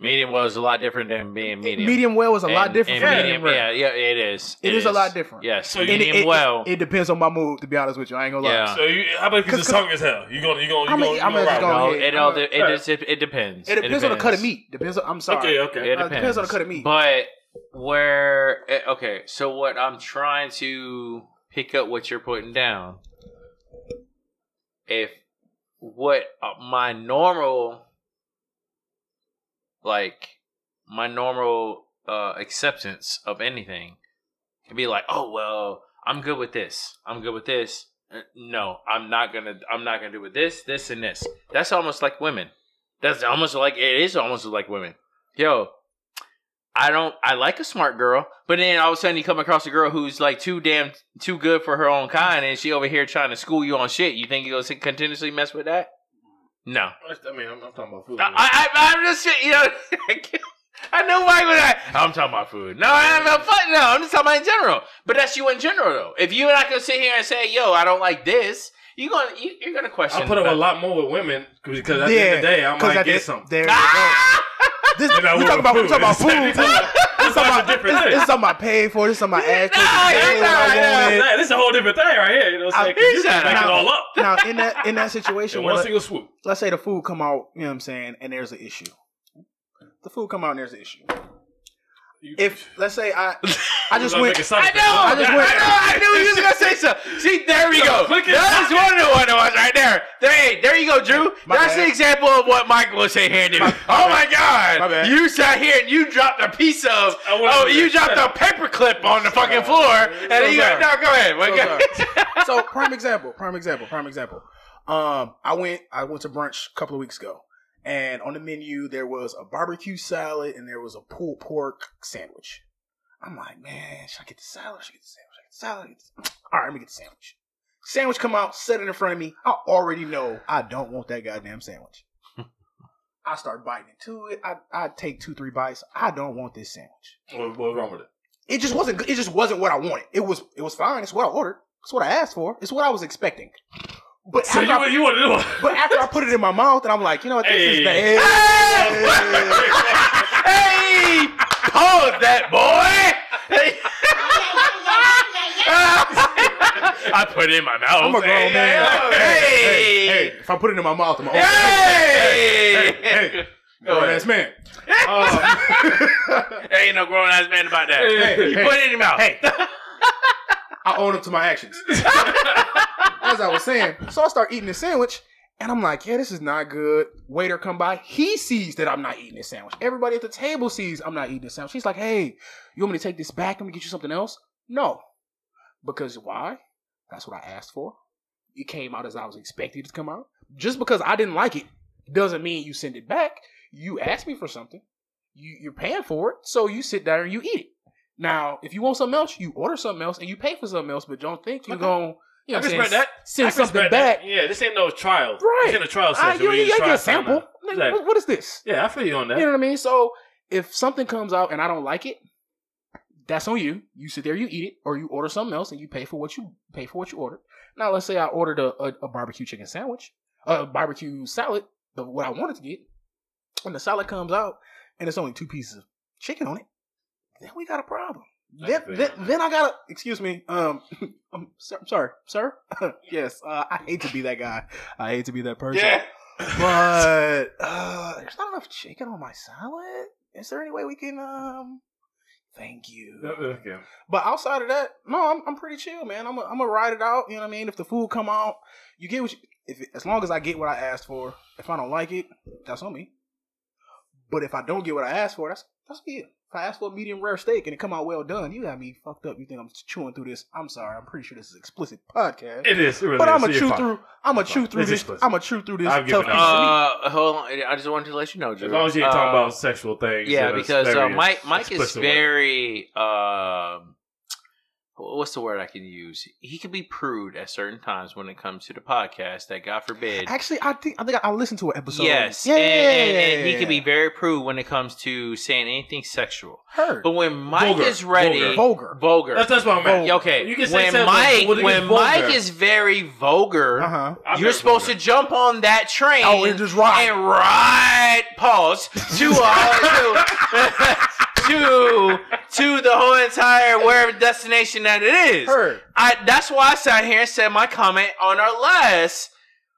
C: Medium was a lot different than being medium.
A: Medium, well is a lot
C: And-
A: different.
C: and
A: from
C: medium,
A: rare.
C: yeah, yeah, it is.
A: It is a lot different.
C: Yes.
B: So you-
A: And it-
C: medium
A: it,
C: well.
A: It, depends on my mood, to be honest with you. I ain't gonna lie.
C: Yeah.
B: So you, how about if you're just
A: Cause-
B: hungry as hell? You gonna you gonna you
A: I'ma-
B: gonna, you
A: I'ma
B: gonna
A: just
B: ride with it?
A: go
C: no,
A: ahead.
C: it all
A: I'm
C: de-
A: a-
C: it, just, it, it depends.
A: It depends on the cut of meat. Depends. On, I'm
B: Okay,
A: sorry.
B: okay.
C: It
A: Uh,
C: depends.
A: depends on the cut of meat.
C: But where eh, okay, so what I'm trying to pick up what you're putting down. If what uh, my normal like my normal uh acceptance of anything can be like, "Oh, well, I'm good with this. I'm good with this." Uh, No, I'm not going to I'm not going to do with this, this and this. That's almost like women. That's almost like it is almost like women. Yo, I don't. I like a smart girl, but then all of a sudden you come across a girl who's like too damn too good for her own kind, and she over here trying to school you on shit. You think you're gonna continuously mess with that? No,
B: I mean, I'm, I'm talking about food.
C: I, I, I'm just you know. I know why would I? I'm talking about food. No, I'm not fun. No, I'm just talking about in general. But that's you in general though. If you're not gonna sit here and say, "Yo, I don't like this," you're gonna you, you're gonna question.
B: I put up a
C: about-
B: lot more with women because at the end of the day, I
A: 'cause
B: might
A: at
B: get
A: the-
B: something.
A: There you go.
C: Ah!
A: This, we
B: Then I will
A: talking about we
B: approve.
A: talking about food.
B: It's-
A: This
B: This is a different
A: this
B: thing.
A: is something I paid for. This is something I asked for.
C: No,
A: This is
C: you're
A: what I
C: not.
A: wanted.
C: Yeah,
B: This is a whole different thing right here. You know what I'm saying?
A: I'm-
B: 'Cause You can
C: Shut
B: back it
A: up.
B: all up
A: Now in that in that
B: in
A: situation,
B: one
A: where,
B: single swoop.
A: let's say the food come out, you know what I'm saying, and there's an issue. The food come out and there's an issue.
B: You-
A: If let's say I I
B: you
A: just
B: gonna
A: went
B: make it
C: I
B: something.
C: know. I,
A: I just went-
C: know. I knew you was gonna say so. See, there we
B: No,
C: go.
B: click it.
C: That is one of the one of us right there. There, hey, there you go, Drew.
A: My
C: That's
A: bad.
C: the example of what Michael was saying here. and did.
A: My-
C: oh
A: my
C: my God!
A: My bad.
C: You sat here and you dropped a piece of.
B: I wanna
C: Oh,
B: do
C: you
B: that.
C: dropped a paperclip on the fucking floor, and then you got
A: sorry.
C: no. Go ahead. Well,
A: So
C: go-
A: so prime example, prime example, prime example. Um, I went I went to brunch a couple of weeks ago, and on the menu there was a barbecue salad and there was a pulled pork sandwich. I'm like, man, should I get the salad? Should I get the sandwich? Should I get the salad? Should I get the- All right, let me get the sandwich. Sandwich come out, set it in front of me. I already know I don't want that goddamn sandwich. I start biting into it. I, I take two, three bites. I don't want this sandwich
B: What, what's wrong with it?
A: it just wasn't good. It just wasn't what I wanted. It was it was fine. It's what I ordered. It's what I asked for. It's what I was expecting. But
B: So
A: after,
B: you
A: I,
B: you want to do it?
A: but after I put it in my mouth and I'm like, you know what, this is the
B: Hey.
A: Hey.
C: hey, pause that, boy. Hey. I put it in my mouth.
A: I'm a grown man.
C: Hey,
A: Hey, if I put it in my mouth, I'm a
C: Hey!
A: hey, grown ass man.
C: There ain't no grown ass man about that.
A: Hey,
C: you
A: hey.
C: put it in your mouth. Hey.
A: I own up to my actions. As I was saying, so I start eating the sandwich, and I'm like, yeah, this is not good. Waiter come by, he sees that I'm not eating this sandwich. Everybody at the table sees I'm not eating this sandwich. He's like, hey, you want me to take this back? Let me get you something else. No, because why? That's what I asked for. It came out as I was expecting it to come out. Just because I didn't like it doesn't mean you send it back. You asked me for something. You, you're paying for it, so you sit there and you eat it. Now, if you want something else, you order something else and you pay for something else, but don't think you're
B: Okay.
A: going you know
B: I
A: what I'm
B: respect
A: saying,
B: that.
A: send something
B: Spread that.
A: back.
B: Yeah, this ain't no trial.
A: Right.
B: This ain't a trial
A: Ah,
B: session.
A: you
B: where
A: you
B: just
A: get
B: try
A: a
B: something
A: sample.
B: out.
A: Like,
B: Exactly.
A: what- what is this?
B: Yeah, I feel you on
A: You know
B: that.
A: what I mean? So if something comes out and I don't like it, That's on you. You sit there, you eat it, or you order something else and you pay for what you pay for what you ordered. Now, let's say I ordered a, a, a barbecue chicken sandwich, a barbecue salad, the, what I wanted to get, and the salad comes out and it's only two pieces of chicken on it. Then we got a problem. Then,
B: That's
A: then,
B: bad.
A: then I gotta excuse me. Um, I'm, so- I'm sorry, sir. yes, uh, I hate to be that guy. I hate to be that person. But uh, there's not enough chicken on my salad. Is there any way we can? Um, thank you.
B: Okay.
A: But outside of that, no, I'm, I'm pretty chill, man. I'm gonna ride it out. You know what I mean? If the food come out, you get what you, if it- as long as I get what I asked for. If I don't like it, that's on me. But if I don't get what I asked for, that's that's it. If I ask for a medium rare steak and it come out well done, you got me fucked up. You think I'm chewing through this? I'm sorry. I'm pretty sure this is explicit podcast.
B: It is. It really
A: but
B: is.
A: I'm
B: So
A: gonna
B: you're
A: chew
B: fine.
A: through. I'm gonna
B: It's
A: chew
B: fine.
A: through
B: It's
A: this.
B: explicit.
A: I'm gonna chew through this
B: I've
A: tough
B: given
A: piece
B: up.
A: of meat.
C: Uh, hold on. I just wanted to let you know, Drew.
B: As long as you ain't talking
C: Uh,
B: about sexual things.
C: Yeah,
B: in a
C: because uh,
B: very
C: Mike Mike is
B: explicit way.
C: very um, what's the word I can use? He can be prude at certain times when it comes to the podcast. That God forbid.
A: Actually, I think I think I listened to an episode.
C: yes,
A: yeah,
C: and, and, and he
A: yeah,
C: can be
A: yeah.
C: very prude when it comes to saying anything sexual.
A: heard
C: But when Mike
B: Vulgar.
C: is ready, vulgar.
A: vulgar.
B: That's that's what I meant.
A: Vulgar.
C: Oh, Okay,
B: You can say
C: when
B: something,
C: Mike
B: but it
C: when
B: is vulgar.
C: Mike is very vulgar,
A: Uh huh.
B: I'm
C: you're
B: very
C: supposed
B: vulgar.
C: to jump on that train
A: Oh, and just ride.
C: and ride pause to uh, to, to to the whole entire wherever destination that it is.
A: Heard.
C: I that's why I sat here and said my comment on our last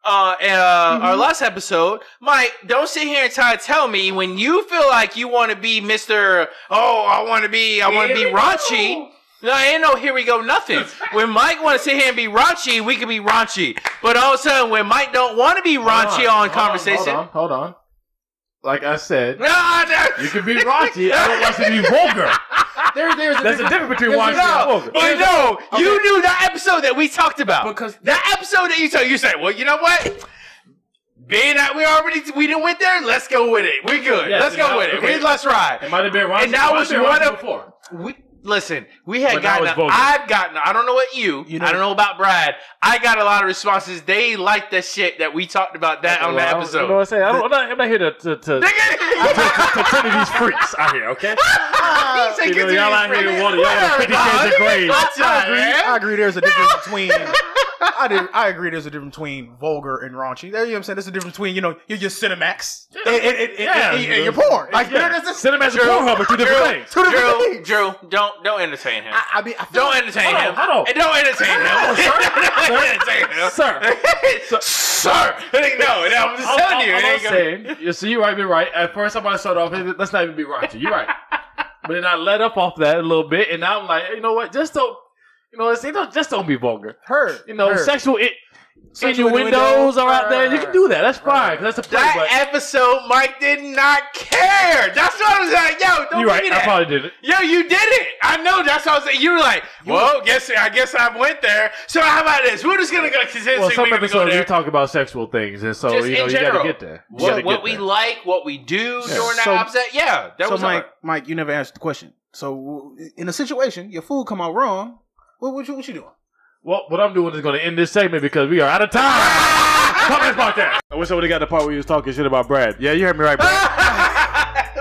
C: uh, uh our
B: Mm-hmm.
C: last episode. Mike, don't sit here and try to tell me when you feel like you want to be Mister. Oh, I want to be. I want to be raunchy. No, ain't no here we go nothing. When Mike want to sit here and be raunchy, we can be raunchy. But all of a sudden, when Mike don't want to be raunchy on, conversation,
B: Hold on, hold on. Like I said,
C: Nah, nah.
B: you can be raunchy. I don't want you to be vulgar.
A: There, there's a
B: That's the difference
A: difference.
B: between
A: There's
B: raunchy
A: a-
B: and vulgar.
C: no, but no, you knew that episode that we talked about.
B: Because
C: that episode that you told, you said, well, you know what? Being that we already we didn't went there, let's go with it. We good.
B: Yes,
C: let's go
B: and
C: with
B: now-
C: it.
B: okay.
C: We, let's ride.
B: it might have been raunchy.
C: And that
B: it might
C: was
B: have been
C: one
B: raunchy
C: of-
B: before.
C: We listen. We had
B: But that
C: gotten.
B: was vulgar.
C: I've gotten. I don't know what you.
A: You know-
C: I don't know about Brad. I got a lot of responses. They liked the shit that we talked about that on the
B: Well, I don't- You know what
C: episode.
B: I'm saying? I don't, I'm, not, I'm not here to, to, to, to, to
C: Nigga.
B: turn to these freaks out here, okay?
C: He said,
B: You know,
C: "Continue
B: y'all out
C: friend."
B: here wanting- y'all
C: Whatever,
B: fifty
C: dog.
B: shades of gray.
C: What's up,
A: I
C: man?
A: agree. There's a difference between. I do, I agree. There's a difference between vulgar and raunchy. There, you know what I'm saying. There's a difference between you know your, your Cinemax and, and, and,
B: Yeah.
A: and- and your porn. Like there- there's this-
B: Send them as a
C: Drew,
B: Pornhub are two different
C: Drew,
B: things.
A: two different
C: Drew,
A: things.
C: Drew, don't don't entertain him.
A: I, I mean, I feel
C: Don't
A: like-
C: entertain
B: Hold on,
C: him.
B: hold on.
C: And Don't entertain him. Don't entertain him.
B: Sir.
C: Sir. No, no, I'm just
B: All-
C: telling
B: all-
C: you.
B: all
C: it
B: I'm
C: ain't gonna-
B: saying, you see, you're right, you're right. At first, I might start off, hey, let's not even be raunchy. You're right. but then I let up off that a little bit, and now I'm like, hey, you know what? Just don't, you know, see, don't, just don't be vulgar.
A: her.
B: You know,
A: her.
B: sexual, it,
A: Sexual
B: innuendos
A: innuendos,
B: are out there. You can do that. That's fine. 'cause That's a play.
C: That episode, Mike did not care. That's what I was like. Yo,
B: But
C: don't
B: you're right.
C: give me
B: I
C: that.
B: probably did it.
C: Yo, you did it. I know. That's what I was saying. You were like, well, guess I guess I went there. So how about this? We're just gonna go continue.
B: Well, some
C: we're gonna go
B: episodes
C: there.
B: you talk about sexual things, and so
C: Just
B: you know
C: in
B: you got
C: general.
B: to get there. You gotta
C: what,
B: get
C: what we
B: there.
C: like, what we do
B: Yeah.
C: during that
A: So-
C: upset. Yeah, that
A: so
C: was
A: Mike,
C: our-
A: Mike, you never answered the question. So w- in a situation, your food come out wrong. What, what you what you doing?
B: Well, what I'm doing is going to end this segment because we are out of time. Fuck this podcast. I wish I would have got the part where you was talking shit about Brad. Yeah, you heard me right, Brad.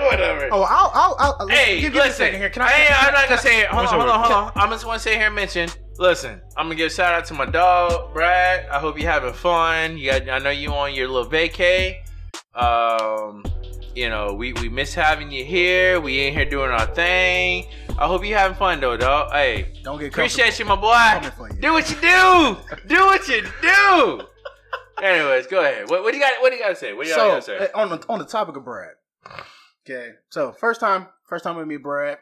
C: Whatever.
A: Oh, I'll I'll, I'll, I'll
C: Hey,
A: give, give me a
C: listen.
A: second here. Can I?
C: hey,
A: can I-
C: I'm not gonna say it. Hold on,
B: What's up,
C: hold on,
B: bro?
C: hold on. I'm just want to sit here and mention. Listen, I'm gonna give a shout out to my dog Brad. I hope you're having fun. You got, I know you on your little vacay. Um, you know, we we miss having you here. We in here doing our thing. I hope you having fun though, dog. Hey,
A: don't get
C: appreciate you, my boy.
A: coming for you.
C: Do what you do. Do what you do. Anyways, go ahead. What, what do you got? What do you got to say? What do you all
A: so
C: got to say?
A: uh, on the on the topic of Brad. Okay, so first time, first time we meet Brad.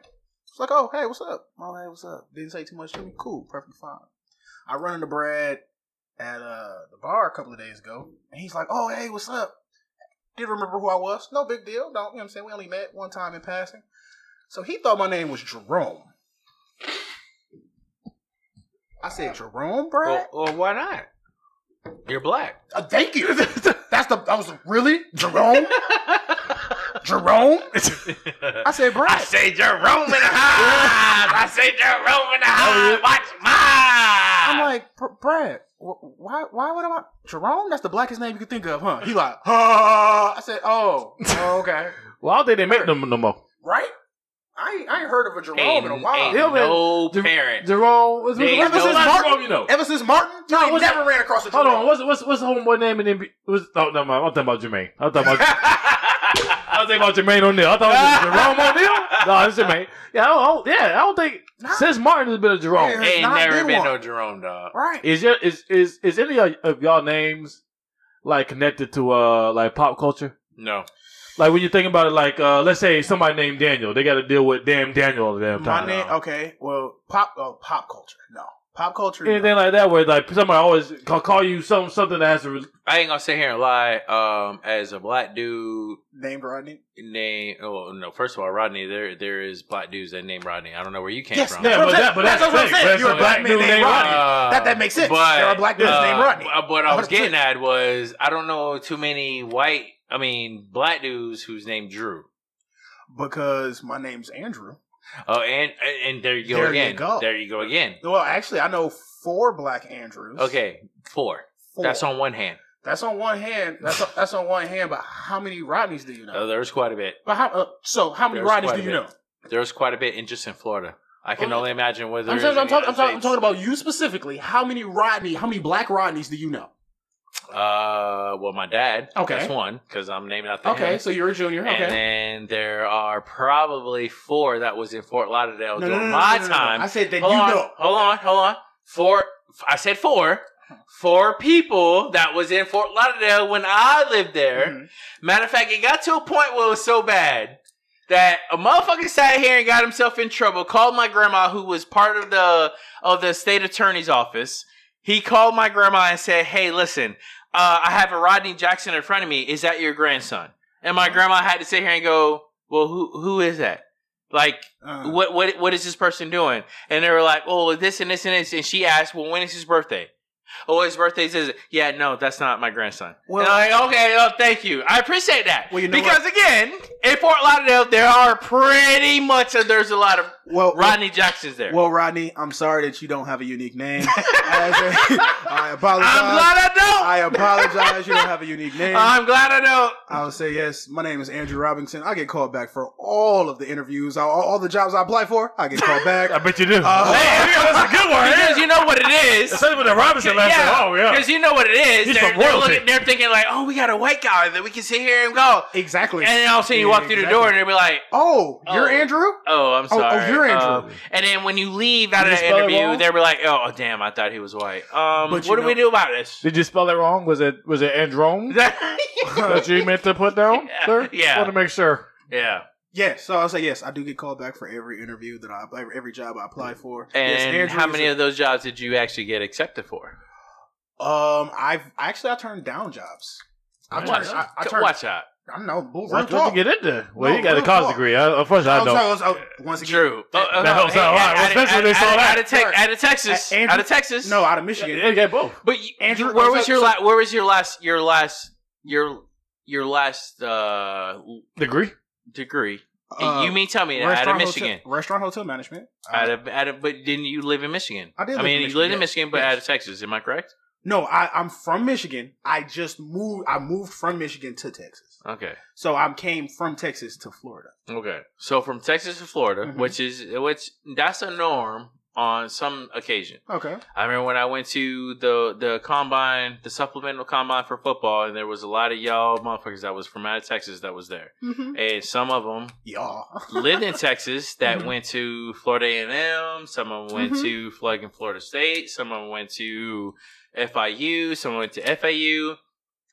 A: It's like, oh hey, what's up? Oh hey, what's up? Didn't say too much to me. Cool, perfectly fine. I run into Brad at uh the bar a couple of days ago, and he's like, oh hey, what's up? Did remember who I was? No big deal. Don't you know what I'm saying? We only met one time in passing. So he thought my name was Jerome. I said Jerome, Brad.
C: Well, well, why not? You're black.
A: Uh, thank you. That's the. I was really Jerome. Jerome. I said
C: I
A: Brad.
C: say Jerome in the hive. I say Jerome in the hive. Watch
A: Oh, I'm
C: mine.
A: like "Br- Brad. wh- Why? Why would I? Jerome. That's the blackest name you can think of, huh? He like. Huh. I said, oh, oh, okay,
B: Well, I don't think they make them no more.
A: right. I ain't, I ain't heard of a Jerome
F: Ain't,
A: in a
F: ain't
A: while.
B: Hillman.
F: no
B: Jer-
F: parent.
B: Jerome. What's, what's,
F: They
B: what's
F: know-
B: his
A: Martin-
B: Jerome, you know?
A: Ever since Martin, you
B: No,
A: ain't
B: what's-
A: never ran across a Jerome.
B: Hold on. What's what's what's the homeboy name in NBA? What's, oh, no, I'm talking about Jermaine. I'm talking about. I was thinking about Jermaine O'Neal. I thought it was Jerome O'Neal. No, it's Jermaine. Yeah, I don't, I don't- yeah, I don't think
A: Nah.
B: since Martin has been a Jerome.
A: Yeah.
F: ain't
A: not
F: never
A: been
F: been
A: one.
F: no Jerome dog.
A: Right.
B: Is your is is is any of- of y'all names like connected to uh like pop culture?
F: No.
B: Like when you think about it, like uh let's say somebody named Daniel, they got to deal with damn Daniel all the damn
A: My
B: time.
A: name, okay. Well, pop, oh, pop culture. No, pop culture. no.
B: Anything like that where like somebody always call, call you some something that has to. Re-
C: I ain't gonna sit here and lie. Um, as a black dude
A: named Rodney.
C: named, oh no, first of all, Rodney. There, there is black dudes that named Rodney. I don't know where you came
A: Yes,
C: from.
A: That's
B: yeah,
A: what
B: but
A: I'm
B: that, but that's,
A: saying. That's what I'm
B: fake.
A: saying.
B: That's
A: You're
B: a black dude named Rodney.
C: Uh,
A: That- that makes sense. There are black dudes named Rodney.
C: uh, What I was
A: 100%.
C: getting at was I don't know too many white. I mean, black dudes who's named Drew.
A: because my name's Andrew.
C: Oh, and and there you go
A: There you
C: again.
A: go.
C: There you go again.
A: Well, actually, I know four black Andrews.
C: Okay, four.
A: Four.
C: That's on one hand.
A: That's on one hand. That's on, that's on one hand. But how many Rodneys do you know?
C: Uh, there's quite a bit.
A: but how, uh, so how many
C: there's
A: Rodneys
C: quite
A: do
C: a
A: you
C: bit.
A: know?
C: There's quite a bit in just in Florida. I can
A: Well,
C: only imagine whether
A: Oh, I'm,
C: there's
A: talking, I'm,
C: in
A: talking, I'm,
C: the
A: talking, I'm talking about you specifically. How many Rodney? How many black Rodneys do you know?
C: United States. Uh, well, my dad.
A: Okay.
C: that's one because I'm naming after
A: Okay,
C: him.
A: so you're a junior.
C: And
A: Okay.
C: then there are probably four that was in Fort Lauderdale during my time.
A: I said that
C: hold
A: you
C: on,
A: know.
C: hold on, hold on. Four. I said four. Four people that was in Fort Lauderdale when I lived there.
A: Mhm.
C: Matter of fact, it got to a point where it was so bad that a motherfucker sat here and got himself in trouble. Called my grandma, who was part of the of the state attorney's office. He called my grandma and said, "Hey, listen, uh, I have a Rodney Jackson in front of me. Is that your grandson?" And my grandma had to sit here and go, "Well, who who is that? Like,
A: Uh,
C: Uh-huh. what what what is this person doing? And they were like, oh, this and this and this. And she asked, well, when is his birthday? Oh, his birthday is. Yeah, no, that's not my grandson.
A: Well-
C: and I'm like, okay, oh, thank you, I appreciate that.
A: Well, you know
C: because again, in Fort Lauderdale, there are pretty much there's a lot of
A: well,
C: Rodney Jacksons there.
A: well, Rodney, I'm sorry that you don't have a unique name. As a- I apologize.
B: uh,
C: I'm glad I don't.
A: I apologize. You don't have a unique name.
C: I'm glad I don't.
A: I'll say yes. My name is Andrew Robinson. I get called back for all of the interviews, all, all the jobs I apply for. I get called back.
B: I bet you do.
A: Uh,
B: Hey, Oh, that's a good one.
C: Because
B: yeah.
C: you know what it is.
B: Especially with the Robinson last
C: yeah,
B: time. Oh yeah.
C: Because you know what it is.
B: He's
C: They're,
B: from
C: they're
B: royalty.
C: looking, they're thinking like, oh, we got a white guy that we can sit here and go.
A: exactly.
C: And then all of a sudden you walk through the
A: Exactly.
C: door and they'll be like,
A: oh, you're
C: Oh.
A: Andrew?
C: Oh, I'm
A: Oh,
C: sorry.
A: oh, you're Andrew.
C: Um, and then when you leave out
B: Did
C: of
B: you
C: that
B: spell it
C: interview,
B: wrong?
C: they were like, "Oh, damn, I thought he was white." Um,
A: But
C: what
A: you
C: do we
A: know-
C: do about this?
B: Did you spell it wrong? Was it was it Androme that you meant to put down,
C: Yeah.
B: sir?
C: Yeah.
B: Want to make sure.
C: yeah,
A: yes. So I'll say yes. I do get called back for every interview that I apply, every job I apply for. yes,
C: and
A: Andrew
C: how
A: is
C: many
A: a-
C: of those jobs did you actually get accepted for?
A: Um, I've actually I turned down jobs. I
B: Watch
A: turned. I, I
C: Go
A: turned.
C: Watch out,
A: I don't know. Bull, real
B: What what
A: talk.
B: you get into? Well,
A: No,
B: you got a
A: real
B: college
A: talk.
B: degree. I, of course, I
A: I'm
B: don't.
A: sorry, I was- I- once again,
C: Drew. Oh, oh,
B: That
C: oh,
B: helps out a lot,
C: out of-
B: especially when they
C: out of-
B: saw that.
C: Out of, Tex- out of Texas,
A: A- Andrew-
C: out of Texas.
A: no, out of Michigan.
B: Yeah, you got both.
C: but you,
A: Andrew-
C: where
A: I'm
C: was
A: sorry,
C: your
A: so-
C: last? Where was your last? Your last? Your your last uh,
B: Degree.
C: degree?
A: Uh,
C: you mean tell me that, out of
A: restaurant
C: Michigan?
A: hotel, restaurant hotel management.
C: Out of, out of, but didn't you live in Michigan?
A: Uh, I did
C: I
A: live in
C: mean, you
A: Michigan,
C: lived in
A: yes.
C: Michigan, but
A: Yes.
C: out of Texas. Am I correct?
A: No, I, I'm from Michigan. I just moved. I moved from Michigan to Texas,
C: Okay.
A: so I came from Texas to Florida.
C: Okay. So from Texas to Florida,
A: Mhm.
C: which is which that's a norm on some occasion.
A: Okay,
C: I remember when I went to the the combine, the supplemental combine for football, and there was a lot of y'all motherfuckers that was from out of Texas that was there,
A: mm-hmm.
C: and some of them
A: y'all.
C: lived in Texas that
A: Mhm.
C: went to Florida A and M. Some of them went
A: Mhm.
C: to Florida Florida State. Some of them went to FIU. Some went to FAU.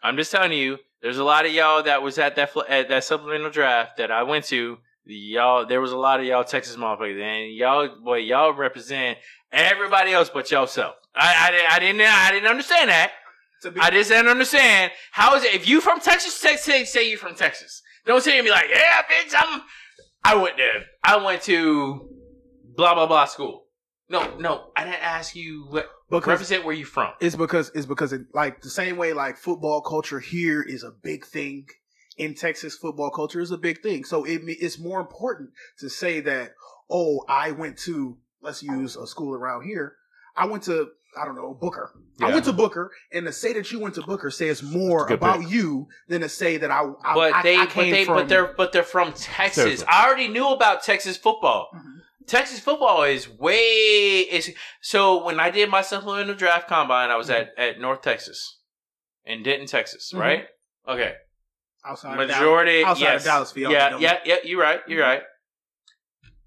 C: I'm just telling you, there's a lot of y'all that was at that fl- at that supplemental draft that I went to. Y'all, there was a lot of y'all Texas motherfuckers, and y'all, boy, y'all represent everybody else but yourself. I, I didn't, I didn't, I didn't understand that.
A: To be-
C: I just didn't understand. How is it if you from Texas, Texas say- say you from Texas. Don't sit here and be like, yeah, bitch, I'm I went there. I went to blah blah blah school. No, no, I didn't ask you what
A: because
C: represent where you from.
A: it's because it's because it, like the same way like football culture here is a big thing in Texas. Football culture is a big thing, so it, me- it's more important to say that. Oh, I went to let's use a school around here. I went to I don't know, Booker. I
B: Yeah.
A: went to Booker, and to say that you went to Booker says more
B: Good
A: about you than to say that I. I
C: but
A: I,
C: they,
A: I
C: but
A: came
C: they,
A: from,
C: but they're, but they're from Texas.
B: Seriously.
C: I already knew about Texas football.
A: Mhm.
C: Texas football is way. Is so when I did my supplemental draft combine, I was
A: Mm-hmm.
C: at at North Texas, in Denton, Texas,
A: Mhm.
C: right? Okay,
A: outside of Dallas.
C: majority.
A: outside of
C: yes.
A: Dallas, for y'all that
C: yeah,
A: don't
C: yeah, yeah. You're right. You're right.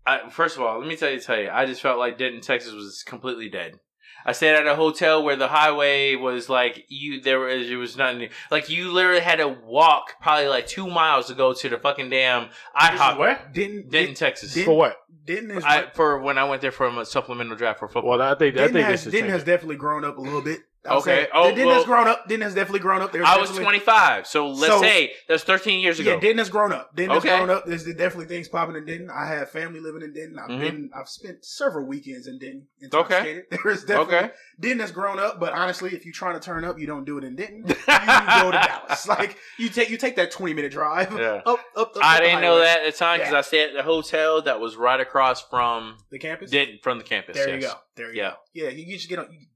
C: I, first of all, let me tell you, tell you, I just felt like Denton, Texas, was completely dead. I stayed at a hotel where the highway was like you. There was it was nothing. Like you literally had to walk probably like two miles to go to the fucking damn IHOP,
B: Where?
A: Didn't
C: Denton,
A: didn't
C: Texas.
A: Denton-
B: For what?
A: didn't is,
C: I, for when I went there for a supplemental draft for football.
B: Well, I think I
A: Denton
B: think
A: has,
B: has, it's
A: Denton has definitely grown up a little bit. I'll
C: Okay.
A: say.
C: Oh,
A: Denton
C: well-
A: has grown up. Denton has definitely grown up. There's
C: I was
A: definitely-
C: 25, so let's
A: So-
C: say that's 13 years ago.
A: Yeah, Denton has grown up. Denton
C: Okay.
A: has grown up. There's definitely things popping in Denton. I have family living in Denton. I've
C: Mhm.
A: been. I've spent several weekends in Denton.
C: Okay.
A: Intoxicated. There's definitely
C: okay,
A: Denton has grown up. But honestly, if you're trying to turn up, you don't do it in Denton. you go to Dallas. Like you take you take that 20 minute drive
C: Yeah.
A: up up. up
C: I
A: the
C: didn't know
A: highway.
C: that at the time because
A: Yeah.
C: I stayed at the hotel that was right across from
A: the campus.
C: Denton from the campus.
A: There
C: yes.
A: you go. There you
C: Yeah.
A: go. Yeah, you, you just get on. You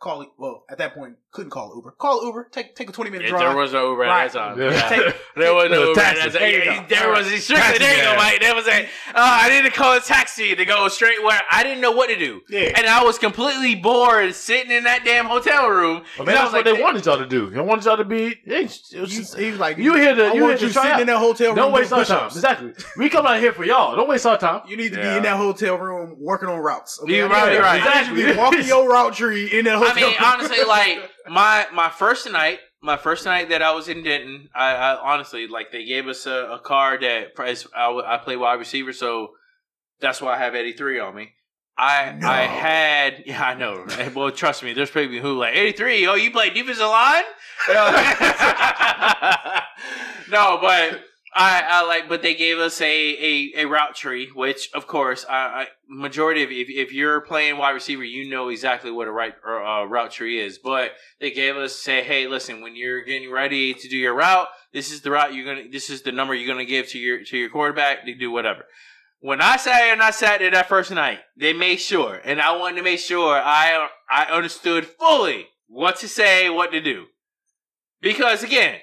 A: call it. Well, at that point, couldn't call Uber. Call Uber. Take take a 20 minute
C: Yeah,
A: drive.
C: there was no Uber
A: Right.
C: at that time.
B: Yeah.
C: Yeah.
A: Take-
C: There was no
B: There was
C: Uber at
B: taxis.
C: that time.
B: There you
C: Yeah,
B: go.
C: There was strictly there you go,
B: yeah.
C: Mike. There was a. Oh, I need to call a taxi to go straight where I didn't know what to do,
A: yeah.
C: and I was completely bored sitting in that damn hotel room.
B: Well,
C: And
B: man,
C: I
B: that's
C: was
B: what
C: like,
B: they wanted y'all to do. They wanted y'all to be. They, it was
A: You,
B: just-
A: he was like,
B: you here to
A: I
B: you here
A: want you
B: to try
A: sitting
B: out.
A: in that hotel room.
B: Don't waste
A: doing
B: our time.
A: push-ups.
B: Exactly. We come out here for y'all. Don't waste our time.
A: You need to be
C: Yeah.
A: in that hotel room working on routes.
C: You're right, you're right.
A: I need you to be walking your route tree in that hotel.
C: I mean,
A: room.
C: honestly, like my my first night, my first night that I was in Denton, I, I honestly like they gave us a, a car that price. I, w- I play wide receiver, so that's why I have eighty three on me. I
A: No.
C: I had yeah I know right? well trust me there's people who like eighty three oh you play defensive line no but I, I like, but they gave us a, a, a route tree, which of course, I, I majority of if, if you're playing wide receiver, you know exactly what a right or, uh, route tree is. But they gave us say, hey, listen, when you're getting ready to do your route, this is the route you're gonna, this is the number you're gonna give to your to your quarterback to do whatever. When I sat and I sat there that first night, they made sure, and I wanted to make sure I I understood fully what to say, what to do, because again,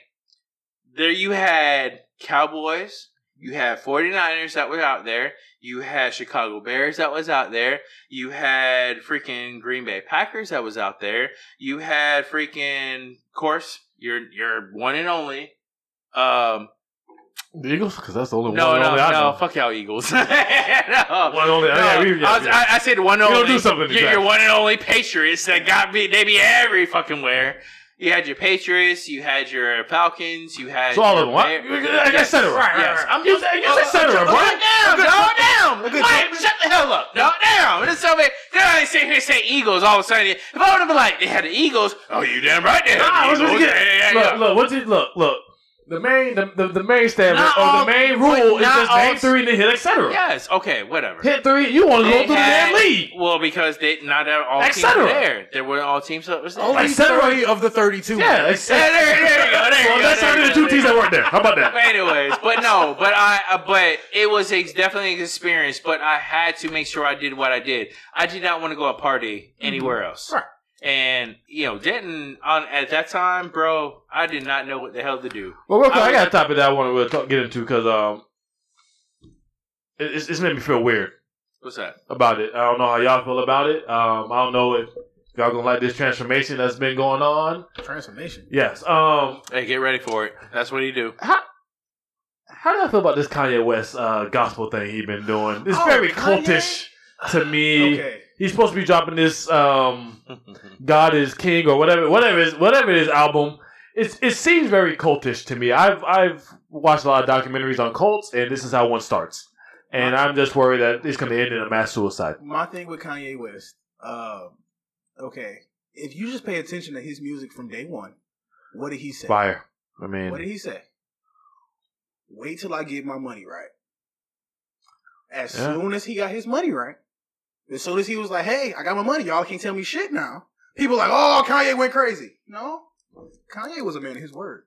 C: there you had Cowboys, you had 49ers that were out there, you had Chicago Bears that was out there, you had freaking Green Bay Packers that was out there, you had freaking of course your your one and only um
B: The Eagles, because that's the only
C: no
B: one.
C: no
B: only I
C: no
B: know.
C: fuck y'all Eagles. No.
B: One only.
C: No,
B: Oh, yeah, we, yeah,
C: I, was-
B: yeah.
C: I, I said one
B: gonna
C: only.
B: do something to
C: You're
B: that.
C: your one and only Patriots that got me. They be every fucking where. You had your Patriots. You had your Falcons. You had
B: So all of them,
C: your
B: what?
C: Bears.
B: Like,
C: Yes.
B: etc.
C: Yes.
B: I'm just, I guess, etc.
C: Dog
B: Right?
C: down, dog down.
A: a good
C: Mike,
A: joke.
C: shut the hell up. Dog down. And it's so bad. Then I sit here and say Eagles all of a sudden. If I would have been like, they had the Eagles. Oh, you damn right they had
B: Nah, I
C: the
B: was
C: Eagles.
B: really good.
C: Yeah, yeah, yeah,
B: Look,
C: yeah.
B: look, what's it? Look, look. The main, the, the, the main standard,
C: Not
B: or
C: all-
B: the main
C: but
B: rule is
C: not
B: just
C: all-
B: name three and then hit etc.
C: Yes. Okay. Whatever.
B: Hit three, you want to go
C: They
B: through the
C: had-
B: damn league.
C: Well, because they not all
B: Et
C: teams were
B: cetera.
C: there. There were all teams that was there.
A: Only
B: like several-
A: 30 of the 32.
B: Yeah, like,
C: Yeah, there, there you go. There you
B: well,
C: go.
B: that's
C: there you
B: only the
C: go,
B: two
C: there you
B: teams that weren't there. How about
C: go.
B: that?
C: Anyways, but no, but I, uh, but it was a, definitely an experience. But I had to make sure I did what I did. I did not want to go a party anywhere else.
A: Right.
C: And you know, Denton on at that time, bro, I did not know what the hell to do.
B: Well, real quick,
C: I
B: I,
C: was-
B: got a topic that I want to really talk, get into because um, it, it's, it's made me feel weird.
C: What's that?
B: about it. I don't know how y'all feel about it. Um, I don't know if y'all gonna like this transformation that's been going on.
A: Transformation.
B: Yes. Um,
C: Hey, get ready for it. That's what he do.
B: how do I feel about this Kanye West uh, gospel thing he been doing? It's
A: Oh,
B: very
A: Kanye?
B: cultish to me.
A: Okay.
B: He's supposed to be dropping this um, "God Is King" or whatever, whatever is whatever it is album. It's, it seems very cultish to me. I've I've watched a lot of documentaries on cults, and this is how one starts. And I'm just worried that it's going to end in a mass suicide.
A: My thing with Kanye West, um, okay, if you just pay attention to his music from day one, what did he say?
B: Fire. I mean,
A: What did he say? Wait till I get my money right. As
B: Yeah.
A: soon as he got his money right, as soon as he was like, "Hey, I got my money, y'all can't tell me shit now." People like, "Oh, Kanye went crazy." No, Kanye was a man of his word.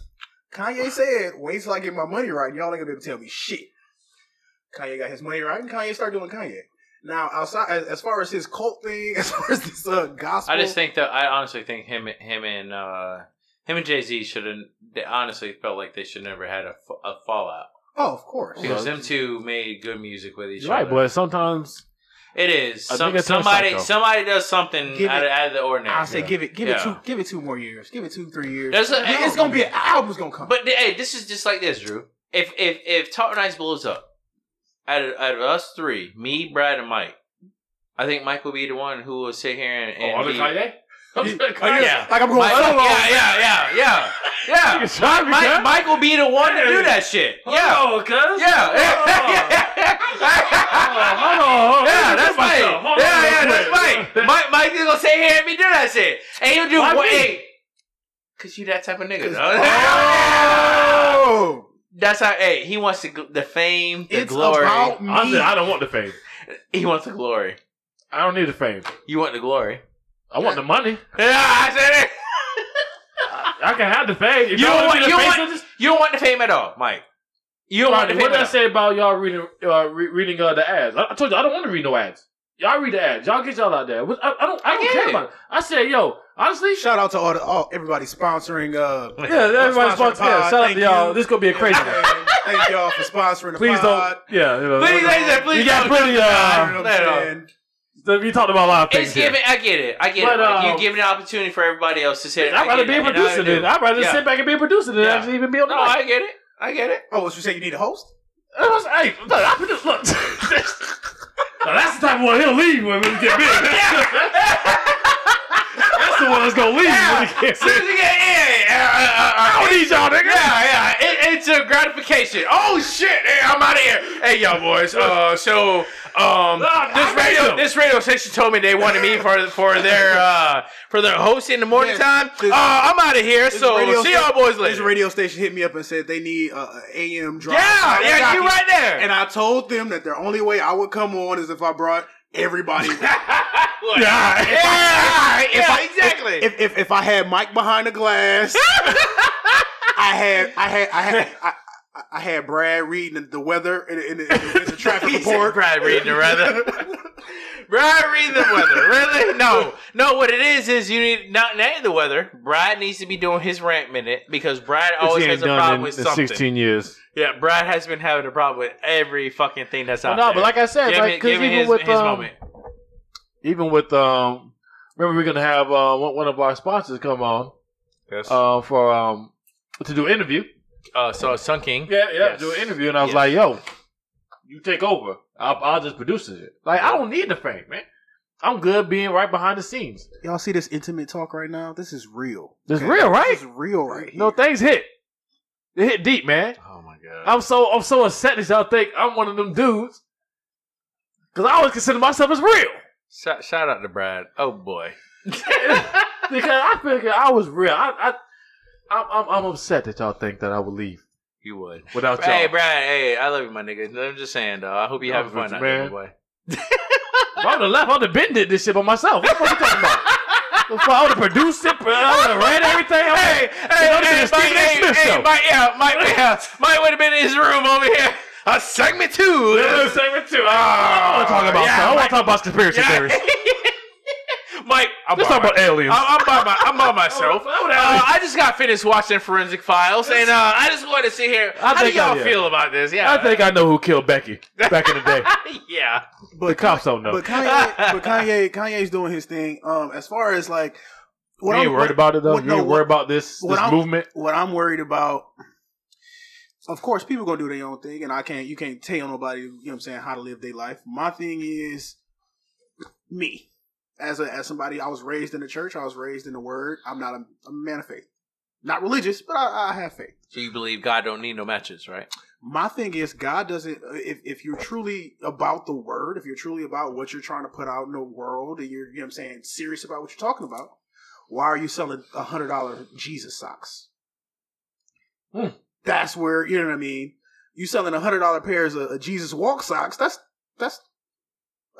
A: Kanye said, "Wait till I get my money right, y'all ain't gonna be able to tell me shit." Kanye got his money right, and Kanye started doing Kanye. Now, outside as, as far as his cult thing, as far as this uh, gospel,
C: I just think that I honestly think him, him and uh, him and Jay Z should have. They honestly felt like they should never had a, f- a fallout
A: oh, of course,
C: because them two made good music with each
B: You're right,
C: other.
B: but sometimes
C: It is
B: I
C: Some,
B: think it's on
C: somebody.
B: Psycho.
C: Somebody does something
A: Give
C: out,
A: it-
C: of, out of the ordinary.
A: I say give it, give it
C: Yeah.
A: two, give it two more years, give it two, three years.
C: There's a-
A: it's gonna be an album's gonna come.
C: But hey, this is just like this, Drew. If if if Talk Nights blows up, out of, out of us three, me, Brad, and Mike, I think Mike will be the one who will sit here and, and
B: oh, the
C: be-
B: Kanye.
A: like,
C: Oh, yeah.
A: like
B: Oh,
A: I'm going
C: Mike,
A: along.
C: yeah, yeah, yeah, yeah, yeah.
B: Nigga, sorry,
C: Mike,
B: man.
C: Mike will be the one to do that shit. Yeah,
B: Hold on, Oh, cuz.
C: yeah,
B: Oh, Hold on,
C: yeah.
B: hold on, hold on.
C: Yeah,
B: Let me get
C: that's
B: myself. Oh,
C: Mike.
B: Hold on
C: Yeah,
B: real
C: yeah, that's
B: quick.
C: Mike. Mike, Mike is gonna sit here and me do that shit, and he'll do
B: Why
C: what?
B: me?
C: Hey, cause you that type of nigga. dog.
A: Oh,
C: That's how. Hey, he wants the, gl- the fame, the
A: it's
C: glory.
A: about me.
B: I said I don't want the fame.
C: He wants the glory.
B: I don't need the fame.
C: You want the glory?
B: I want the money.
C: Yeah, I said it.
B: I can have the fame. If y'all
C: You
B: wanna
C: don't want-
B: be
C: you
B: the
C: don't
B: face
C: want-
B: of this-
C: You don't want the fame at all, Mike. You don't want
B: Rodney,
C: the
B: What
C: fame.
B: did I
C: At all.
B: say about y'all reading uh, re- reading uh, the ads? I, I told you I don't want to read no ads. Y'all read the ads. Y'all get y'all out there. What- I, I don't. I,
C: I
B: don't
C: get
B: care
C: it.
B: about it. I said, yo, honestly.
A: Shout out to all the all, everybody sponsoring. Uh,
B: yeah, everybody's
A: Sponsor the
B: sponsored. Yeah,
A: pod.
B: shout out
A: Thank
B: to y'all.
A: you.
B: This gonna be a crazy one.
A: man, thank y'all for sponsoring the
B: Please
A: pod.
B: don't. Yeah, you know,
C: Please,
B: we're-
C: I said, please
B: we got
C: don't
B: plenty.
C: do that.
A: You know
B: Uh,
A: what I'm
C: Later.
A: saying?
B: we talked about a lot of things.
C: It's
B: Here.
C: giving. I get it. I get
B: But,
C: it. Mike.
B: um,
C: you give an opportunity for everybody else to sit.
B: I'd rather be a producer than I'd rather
C: Yeah.
B: sit back and be a producer than
C: Yeah.
B: actually even be on the.
C: No,
B: mic.
C: I get it. I get it.
A: Oh, what you say? You need a host?
B: I was, hey, look, I produce, look. now that's the type of one he'll leave when we get big. that's the one that's gonna leave when we get
C: As soon as
B: big.
C: you get in, uh, uh, uh,
B: I don't need y'all, nigga.
C: Yeah, yeah, it, it's a gratification. Oh shit, hey, I'm out of here. Hey, y'all boys. Uh, so um,
B: Nah, I
C: this
B: made
C: radio
B: them.
C: this radio station told me they wanted me for for their uh for their host in the morning
A: Yeah,
C: time.
A: this-
C: uh, I'm out of here.
A: this
C: So
A: radio
C: see
A: sta-
C: y'all boys
A: This
C: later.
A: radio station hit me up and said they need uh, a AM drive.
C: yeah,
A: I got
C: yeah, you right there.
A: And I told them that their only way I would come on is if I brought everybody. with.
B: Yeah.
C: yeah, alright,
A: if
C: yeah,
A: I-
C: exactly.
A: if, if if I had Mike behind the glass, I had I had I had. I, I- I had Brad reading the, the weather and, and, and, the- and the traffic
C: He said
A: report.
C: Brad reading the weather. Brad reading the weather. Really? No. No, what it is is you need not name the weather. Brad needs to be doing his rant minute because Brad always has a problem with something.
B: years.
C: Yeah, Brad has been having a problem with every fucking thing that's out
B: no,
C: there.
B: but like I said,
C: give
B: like,
C: me,
B: 'cause
C: give me
B: even
C: his,
B: with
C: his
B: um,
C: moment.
B: even with um, remember we're gonna have uh, one, one of our sponsors come on
C: Yes. Uh,
B: uh, for um to do an interview.
C: so Sun King.
B: Yeah, yeah,
C: Yes.
B: do an interview, and I was
C: Yes.
B: like, yo, you take over. I'll, I'll just produce it. Like I don't need the fame, man. I'm good being right behind the scenes.
A: Y'all see this intimate talk right now? This is real.
B: This real, right?
A: This is real right here.
B: No, things hit. They hit deep, man.
C: Oh my god.
B: I'm so I'm so upset that y'all think I'm one of them dudes. Cause I always consider myself as real.
C: Shout, shout out to Brad. Oh boy.
B: because I figured I was real. I, I I'm, I'm I'm upset that y'all think that I would leave
C: You would.
B: without y'all.
C: Hey, Brad. Hey, I love you, my nigga. I'm just saying, though. I hope you
B: I
C: having
B: love
C: fun
B: you,
C: out there,
B: man.
C: boy.
B: If I would have left, I would have been did this shit by myself. What the fuck you talking about? If I would have produced it, I would have read everything. I'm
C: Hey,
B: like,
C: hey,
B: you know, this
C: hey,
B: is a Stephen
C: Mike,
B: A.
C: hey,
B: Smith
C: hey,
B: show.
C: Mike, yeah, Mike, yeah, Mike would have been in his room over here. A segment two. Oh,
B: Yeah, segment two. Oh, I want to talk about
C: Yeah,
B: stuff. I want
C: Mike.
B: to talk about conspiracy theories.
C: Mike, I'm
B: Let's
C: by
B: talk
C: my-
B: about aliens.
C: I'm, I'm by my, I'm by myself.
B: I would
C: Uh,
B: have-
C: I just got finished watching Forensic Files, and uh, I just wanted to see here.
B: I
C: how do
B: think I-
C: y'all
B: yeah.
C: feel about this? Yeah,
B: I think I know who killed Becky back in the day.
C: yeah.
B: The
A: But
B: cops don't know.
A: But Kanye, but Kanye, Kanye's doing his thing. Um, as far as like
B: you
A: what
B: ain't
A: I'm
B: worried about it though.
A: what-
B: you
A: no,
B: ain't
A: what-
B: worried about this
A: what
B: this
A: I'm-
B: movement.
A: what I'm worried about. Of course, people gonna do their own thing, and I can't. You can't tell nobody. You know what I'm saying? How to live their life. My thing is me as a as somebody. I was raised in the church. I was raised in the Word. I'm not a, I'm a man of faith. Not religious, but I, I have faith.
C: So you believe God don't need no matches, right?
A: my thing is god doesn't uh, if, if you're truly about the word if you're truly about what you're trying to put out in the world and you're you know what i'm saying serious about what you're talking about why are you selling a hundred dollar jesus socks
B: Hmm.
A: that's where you know what i mean you selling a hundred dollar pairs of, of jesus walk socks that's that's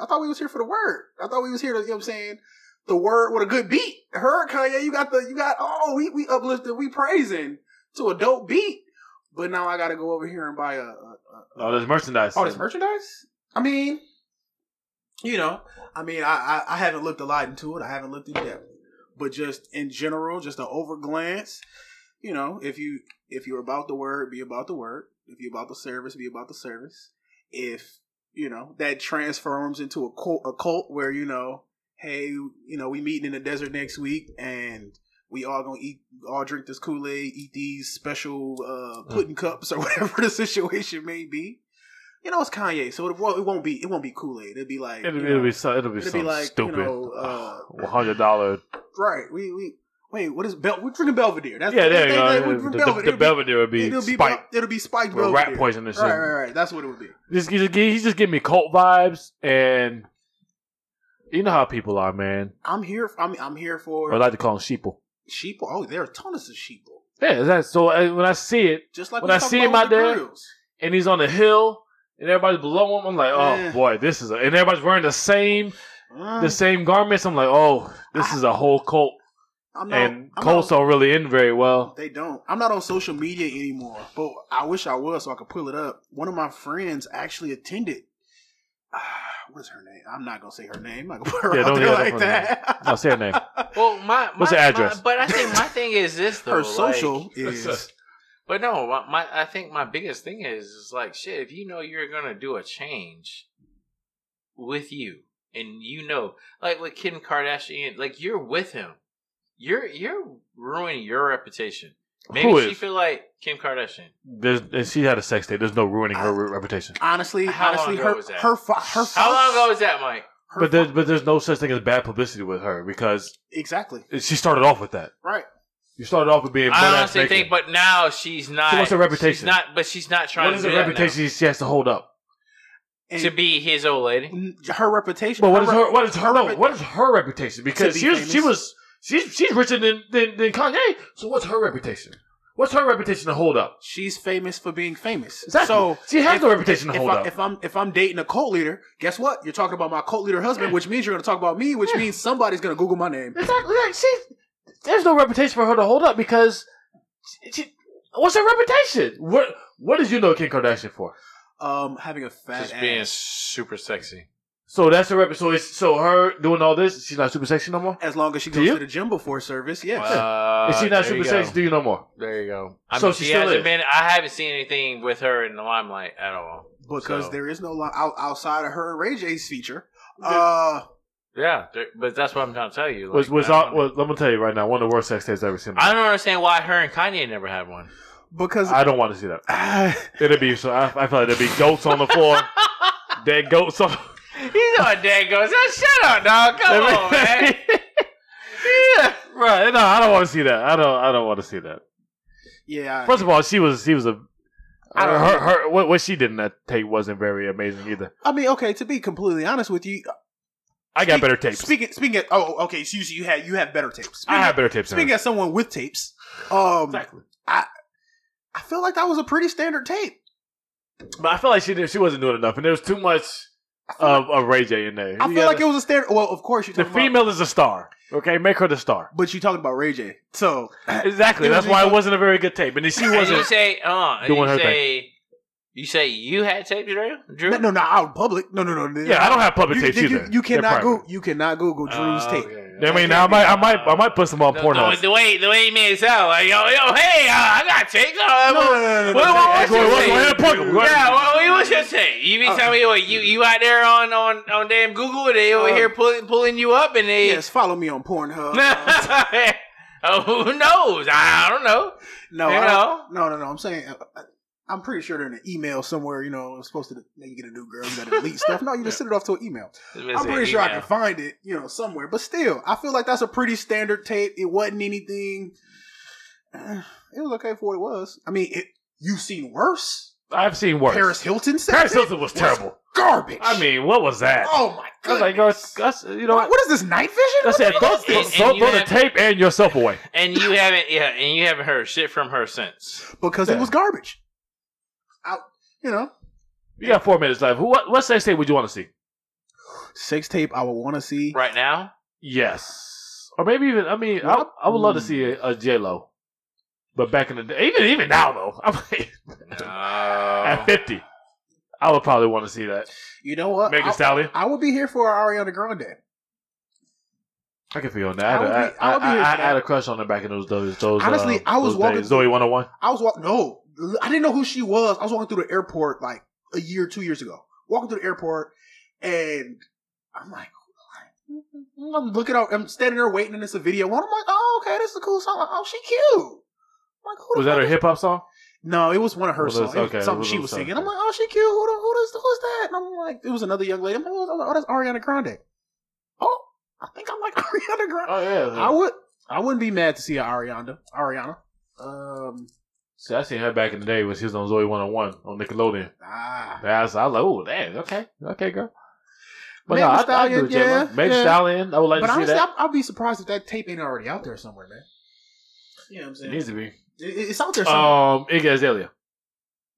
A: i thought we was here for the word i thought we was here to you know what i'm saying the word with a good beat heard kanye you got the you got oh we, we uplifted we praising to a dope beat but now I gotta go over here and buy a, a, a Oh,
B: All this Oh, merchandise.
A: all this merchandise. I mean, you know, I mean, I, I I haven't looked a lot into it. I haven't looked in depth, but just in general, just an over glance. You know, if you if you're about the word, be about the word. If you're about the service, be about the service. If you know that transforms into a cult, a cult where you know, hey, you know, we meeting in the desert next week, and we all gonna eat, all drink this Kool Aid, eat these special
B: Mm.
A: uh, pudding cups or whatever the situation may be. You know, it's Kanye, so it, won't- it won't be it won't be Kool Aid. It'll be like
B: It'll,
A: you
B: it'll
A: know,
B: be so. It'll be
A: it'll be
B: something
A: like, you
B: stupid.
A: know, uh,
B: One hundred dollar.
A: Right. We we wait. What is Bel? We're drinking Belvedere. That's
B: Yeah, there you
A: they- they-
B: go.
A: we're
B: The,
A: drinking
B: the, the Belvedere would be
A: it'll be
B: spiked
A: Bel- It'll be spiked
B: with
A: Belvedere.
B: rat poison and shit.
A: Right, right, right. That's what it would be.
B: Just, just, gi- he's just giving me cult vibes, and you know how people are, man.
A: I'm here. I'm I'm here for
B: Or I like to call them sheeple.
A: sheeple. Oh, there are tons of sheeple.
B: Yeah, that's so. uh, When I see it,
A: Just like
B: When
A: we
B: I
A: talked
B: see him
A: about
B: out
A: with the
B: there-
A: grills.
B: and he's on the hill, and everybody's below him, I'm like, oh
A: Yeah.
B: boy, this is. A, and everybody's wearing the same
A: Mm,
B: the same garments. I'm like, oh, this is a whole cult,
A: I'm not,
B: and
A: I'm
B: cults
A: not,
B: don't really end very well.
A: They don't. I'm not on social media anymore, but I wish I was so I could pull it up. One of my friends actually attended. Ah, what is her name? I'm not gonna say her name. I'm not gonna put her
B: Yeah,
A: out
B: don't-
A: there
B: yeah, don't
A: like
B: put her
A: that.
B: I'll say her name.
C: Well, my,
B: What's
C: my-
B: her address?
C: my- but I think my thing is this though.
A: Her
C: like-
A: social is
C: But no, my, my I think my biggest thing is is like shit. If you know you're gonna do a change with you, and you know, like with Kim Kardashian, like you're with him, you're you're ruining your reputation. Maybe
B: Who
C: she
B: is?
C: feel like Kim Kardashian.
B: There's, and she had a sex date. There's no ruining her re- reputation.
A: honestly,
C: How long
A: honestly,
C: ago
A: her
C: was that?
A: her fa- her
C: How
A: fa-
C: long ago was that, Mike?
A: her
B: But
A: fa-
B: there's but there's no such thing as bad publicity with her because
A: exactly
B: she started off with that.
A: right.
B: You started off with being. butt-ass
C: I honestly
B: naked.
C: think, but now she's not.
B: what's her
C: She's
B: reputation?
C: not, but she's not trying
B: what is
C: to
B: the
C: do that now.
B: reputation she has to hold up?
A: And
C: to be his old lady.
A: her reputation.
B: But what is
A: rep-
B: her? What is her?
A: rep-
B: what is her reputation? Because
A: be
B: she was, she
A: famous.
B: was she's she's richer than, than than Kanye. So what's her reputation? What's her reputation to hold up?
A: She's famous for being famous.
B: Exactly.
A: So
B: she has
A: if-
B: no reputation
A: if,
B: to hold
A: I,
B: up.
A: if I'm if I'm dating a cult leader, guess what? You're talking about my cult leader husband, which means you're going to talk about me, which means somebody's going to Google my name.
B: exactly. Like she, there's no reputation for her to hold up because she, she- what's her reputation? What what did you know Kim Kardashian for?
A: Um, having a fat
C: Just
A: ass.
C: being super sexy.
B: So that's her rep. So it's so her doing all this. She's not super sexy no more.
A: as long as she
B: Do
A: goes
B: you?
A: to the gym before service, yes.
C: Uh,
B: Is she not
C: there
B: super
C: you go.
B: sexy? Do you no more?
C: There you go. I
B: So
C: mean,
B: she
C: she,
B: still
C: hasn't
B: is.
C: been. I haven't seen anything with her in the limelight at all.
A: because
C: so-
A: there is no line out, outside of her and Ray J's feature. Uh,
C: Yeah, there- but that's what I'm trying to tell you. like,
B: was was,
C: I
B: all,
C: don't-
B: was I'm gonna tell you right now. One of the worst sex tapes I've ever seen. in my
C: I don't understand why her and Kanye never had one.
A: because
B: I don't want to see that. It'd be so. I, I feel like there'd be goats on the floor. Dead goats on.
C: He's on dad goes. Shut up, dog. Come on, man. Yeah.
B: right? No, I don't want to see that. I don't. I don't want to see that.
A: yeah, I,
B: First of all, she was. She was a.
C: I don't
B: her, her, what, what she did in that tape wasn't very amazing either.
A: I mean, okay. To be completely honest with you,
B: I got
A: Speak-
B: better tapes.
A: Speaking, speaking. Of, oh, okay. So you, you had you have better tapes. Speaking,
B: I have better tapes. than her.
A: speaking as someone with tapes, um,
B: Exactly.
A: I feel like that was a pretty standard tape.
B: But I feel like she did, she wasn't doing enough, and there was too much of, of Ray J in there.
A: I feel like it was a standard. Well, of course you
B: the
A: talking about,
B: female is a star. Okay, make her the star.
A: but you talking about Ray J. So
B: Exactly.
A: It
B: That's
A: was
B: why it
A: even-
B: wasn't a very good tape, and then she
C: And you
B: wasn't.
C: say, uh, and
B: doing her
C: you say, you say you had tape, Drew. Drew.
A: no, no, no, out in public. No, no, no. no.
B: Yeah, I don't have public
A: You,
B: tapes
A: you,
B: either.
A: you, you
B: They're
A: cannot
B: private.
A: go. You cannot Google Drew's
C: Oh,
A: tape.
C: okay.
B: I mean, I might, I might, I might put some on
C: The,
B: porno.
C: the, the way the way he made it sound like yo yo hey uh, I got tape. Uh,
A: No, no, no, no, no,
C: What,
A: no,
C: what, what's
B: Go ahead,
C: your
B: go
C: take?
B: ahead, plug 'em, go ahead.
C: Yeah, what, what, what's your take? You be
A: Uh,
C: telling me what you you out there on on on damn Google? They over
A: Uh,
C: here pulling pulling you up and they.
A: Yes, follow me on Pornhub.
C: oh, who knows? I, I don't know.
A: no,
C: you
A: I don't-
C: know.
A: no, no, no. I'm saying. uh, I, I'm pretty sure they're in an email somewhere. You know, it's supposed to now you get a new girl, you got to delete stuff. No, you just send it off to an email. I'm pretty sure I can find it, you know, somewhere. But still, I feel like that's a pretty standard tape. It wasn't anything. Uh, It was okay for what it was. I mean, it, you've seen worse.
B: I've seen worse.
A: Paris Hilton said
B: Paris Hilton was
A: was
B: terrible.
A: garbage.
B: I mean, what was that?
A: oh my
B: I was
A: god!
B: like, yo, that's, you know what?
A: what, what is this night vision?
B: That's it. Throw, throw,
C: And
B: throw,
C: you
B: the
C: have-
B: tape and yourself away.
C: And you haven't, yeah, and you haven't heard shit from her since.
A: Because
B: Yeah.
A: it was garbage. Out, you know,
B: You got four minutes left. Who- What, what sex tape would you want to see?
A: sex tape. I would want to see.
C: Right now,
B: Yes, or maybe even. I mean, I, I would love
C: Hmm.
B: to see a, a J Lo, but back in the day, even even now though, I'm like,
C: no.
B: at fifty, I would probably want to see that.
A: You know what?
B: Megan
A: I-
B: Thee Stallion.
A: I would be here for Ariana Grande.
B: I can feel that.
A: I
B: I,
A: would
B: had a-
A: be- I
B: I,
A: would be here
B: I, I,
A: for
B: I had
A: that.
B: a crush on her back in those those. those
A: Honestly,
B: uh,
A: I was
B: those
A: walking
B: days.
A: through-
B: Zoe one hundred one.
A: I was walking. No, I didn't know who she was. I was walking through the airport like a year, two years ago. Walking through the airport, and I'm like, I'm looking out. I'm standing there waiting, and it's a video. One. I'm like, oh, okay, this is a cool song. Oh, she cute. I'm like, who the
B: Was that
A: fuck
B: her
A: is-
B: hip hop song?
A: No, it was one of her
B: Well, that's-
A: songs. It was
B: okay,
A: something
B: well,
A: she
B: that's
A: was
B: okay.
A: singing. I'm like, oh, she cute. Who the, who is, who's that? And I'm like, it was another young lady. I'm like, oh, that's Ariana Grande. Oh, I think I like Ariana Grande.
B: Oh yeah.
A: I would. I wouldn't be mad to see a Ariana. Ariana. Um.
B: See, I seen her back in the day when she was on Zoe one hundred one on Nickelodeon.
A: Ah.
B: And I was, I was like, oh damn, okay, okay, girl. But
A: Megan
B: no, I, I
A: Stallion,
B: do yeah,
A: yeah,
B: Meg
A: yeah.
B: Stallion. I would like
A: but
B: to see
A: honestly,
B: that.
A: I'll, I'll be surprised if that tape ain't already out there somewhere, man. You know what I'm
B: It
A: saying?
B: needs to be.
A: It- it's out there somewhere.
B: Um, Iggy Azalea.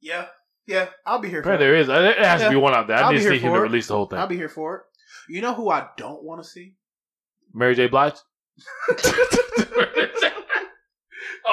A: yeah. Yeah. I'll be here for
B: Apparently
A: it.
B: there is. There has to be
A: Yeah.
B: one out there.
A: I'll
B: I
A: be
B: need to
A: here
B: see him
A: for
B: to
A: it.
B: release the whole
A: I'll
B: thing.
A: be here for it. You know who I don't want to see?
B: Mary J. Blige. oh,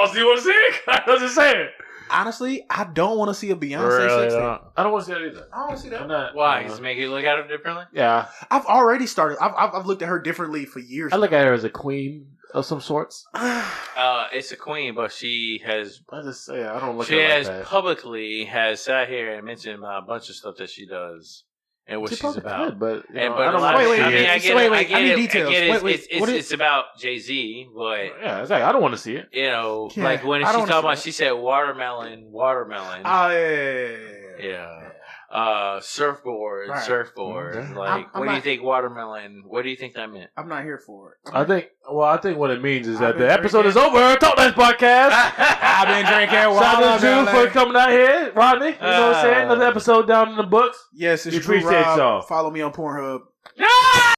B: so you want to see it? I was just saying.
A: Honestly, I don't want to see a Beyonce
B: Really,
A: sex
B: I
A: tape.
B: don't- I don't want to see that either.
A: I don't want to see
B: I'm
A: that.
B: not-
C: Why?
B: uh,
C: Just make you look at him differently.
B: yeah,
A: I've already started. I've, I've, I've looked at her differently for years.
B: I look at her as a queen of some sorts.
C: Uh, it's a queen, but she has
B: I just say I don't look at
C: she
B: her like
C: has
B: that.
C: publicly has sat here and mentioned about a bunch of stuff that she does and what
B: She
C: she's
B: probably
C: about.
B: could, but, you
C: And,
B: know,
C: but
B: I don't
C: a lot
B: want
C: of-
B: to see
C: I mean,
B: it.
C: I
A: it.
C: get
A: Wait,
C: it. I
A: wait,
C: get
A: I need
C: it.
A: details.
C: I get it.
A: Wait, wait,
C: it's, it's,
A: what is-
C: it's about Jay Z, but
B: yeah, exactly. I don't want to see it.
C: you know,
A: Yeah,
C: like when
A: I
C: she's
A: don't
C: talking about,
A: understand.
C: she said watermelon, watermelon.
A: Ah, yeah, yeah, yeah, yeah.
C: yeah. Uh, surfboard,
A: Right. Mm-hmm.
C: surfboard.
B: Okay.
C: Like,
A: I'm- I'm
C: what do you
A: not-
C: think watermelon? What do you think that meant?
A: I'm not here for it.
B: I think. Well, I think what it means is
A: I've
B: that
A: been
B: the episode
A: drinking.
B: is over. Talk Nice podcast.
A: I've been drinking
B: Shout out to you
A: watermelon.
B: for coming out here, Rodney. You know what I'm saying?
C: Uh,
B: Another episode down in the books.
A: Yes, it's
B: We
A: true.
B: appreciate
A: Rob.
B: y'all.
A: Follow me on Pornhub.
C: No!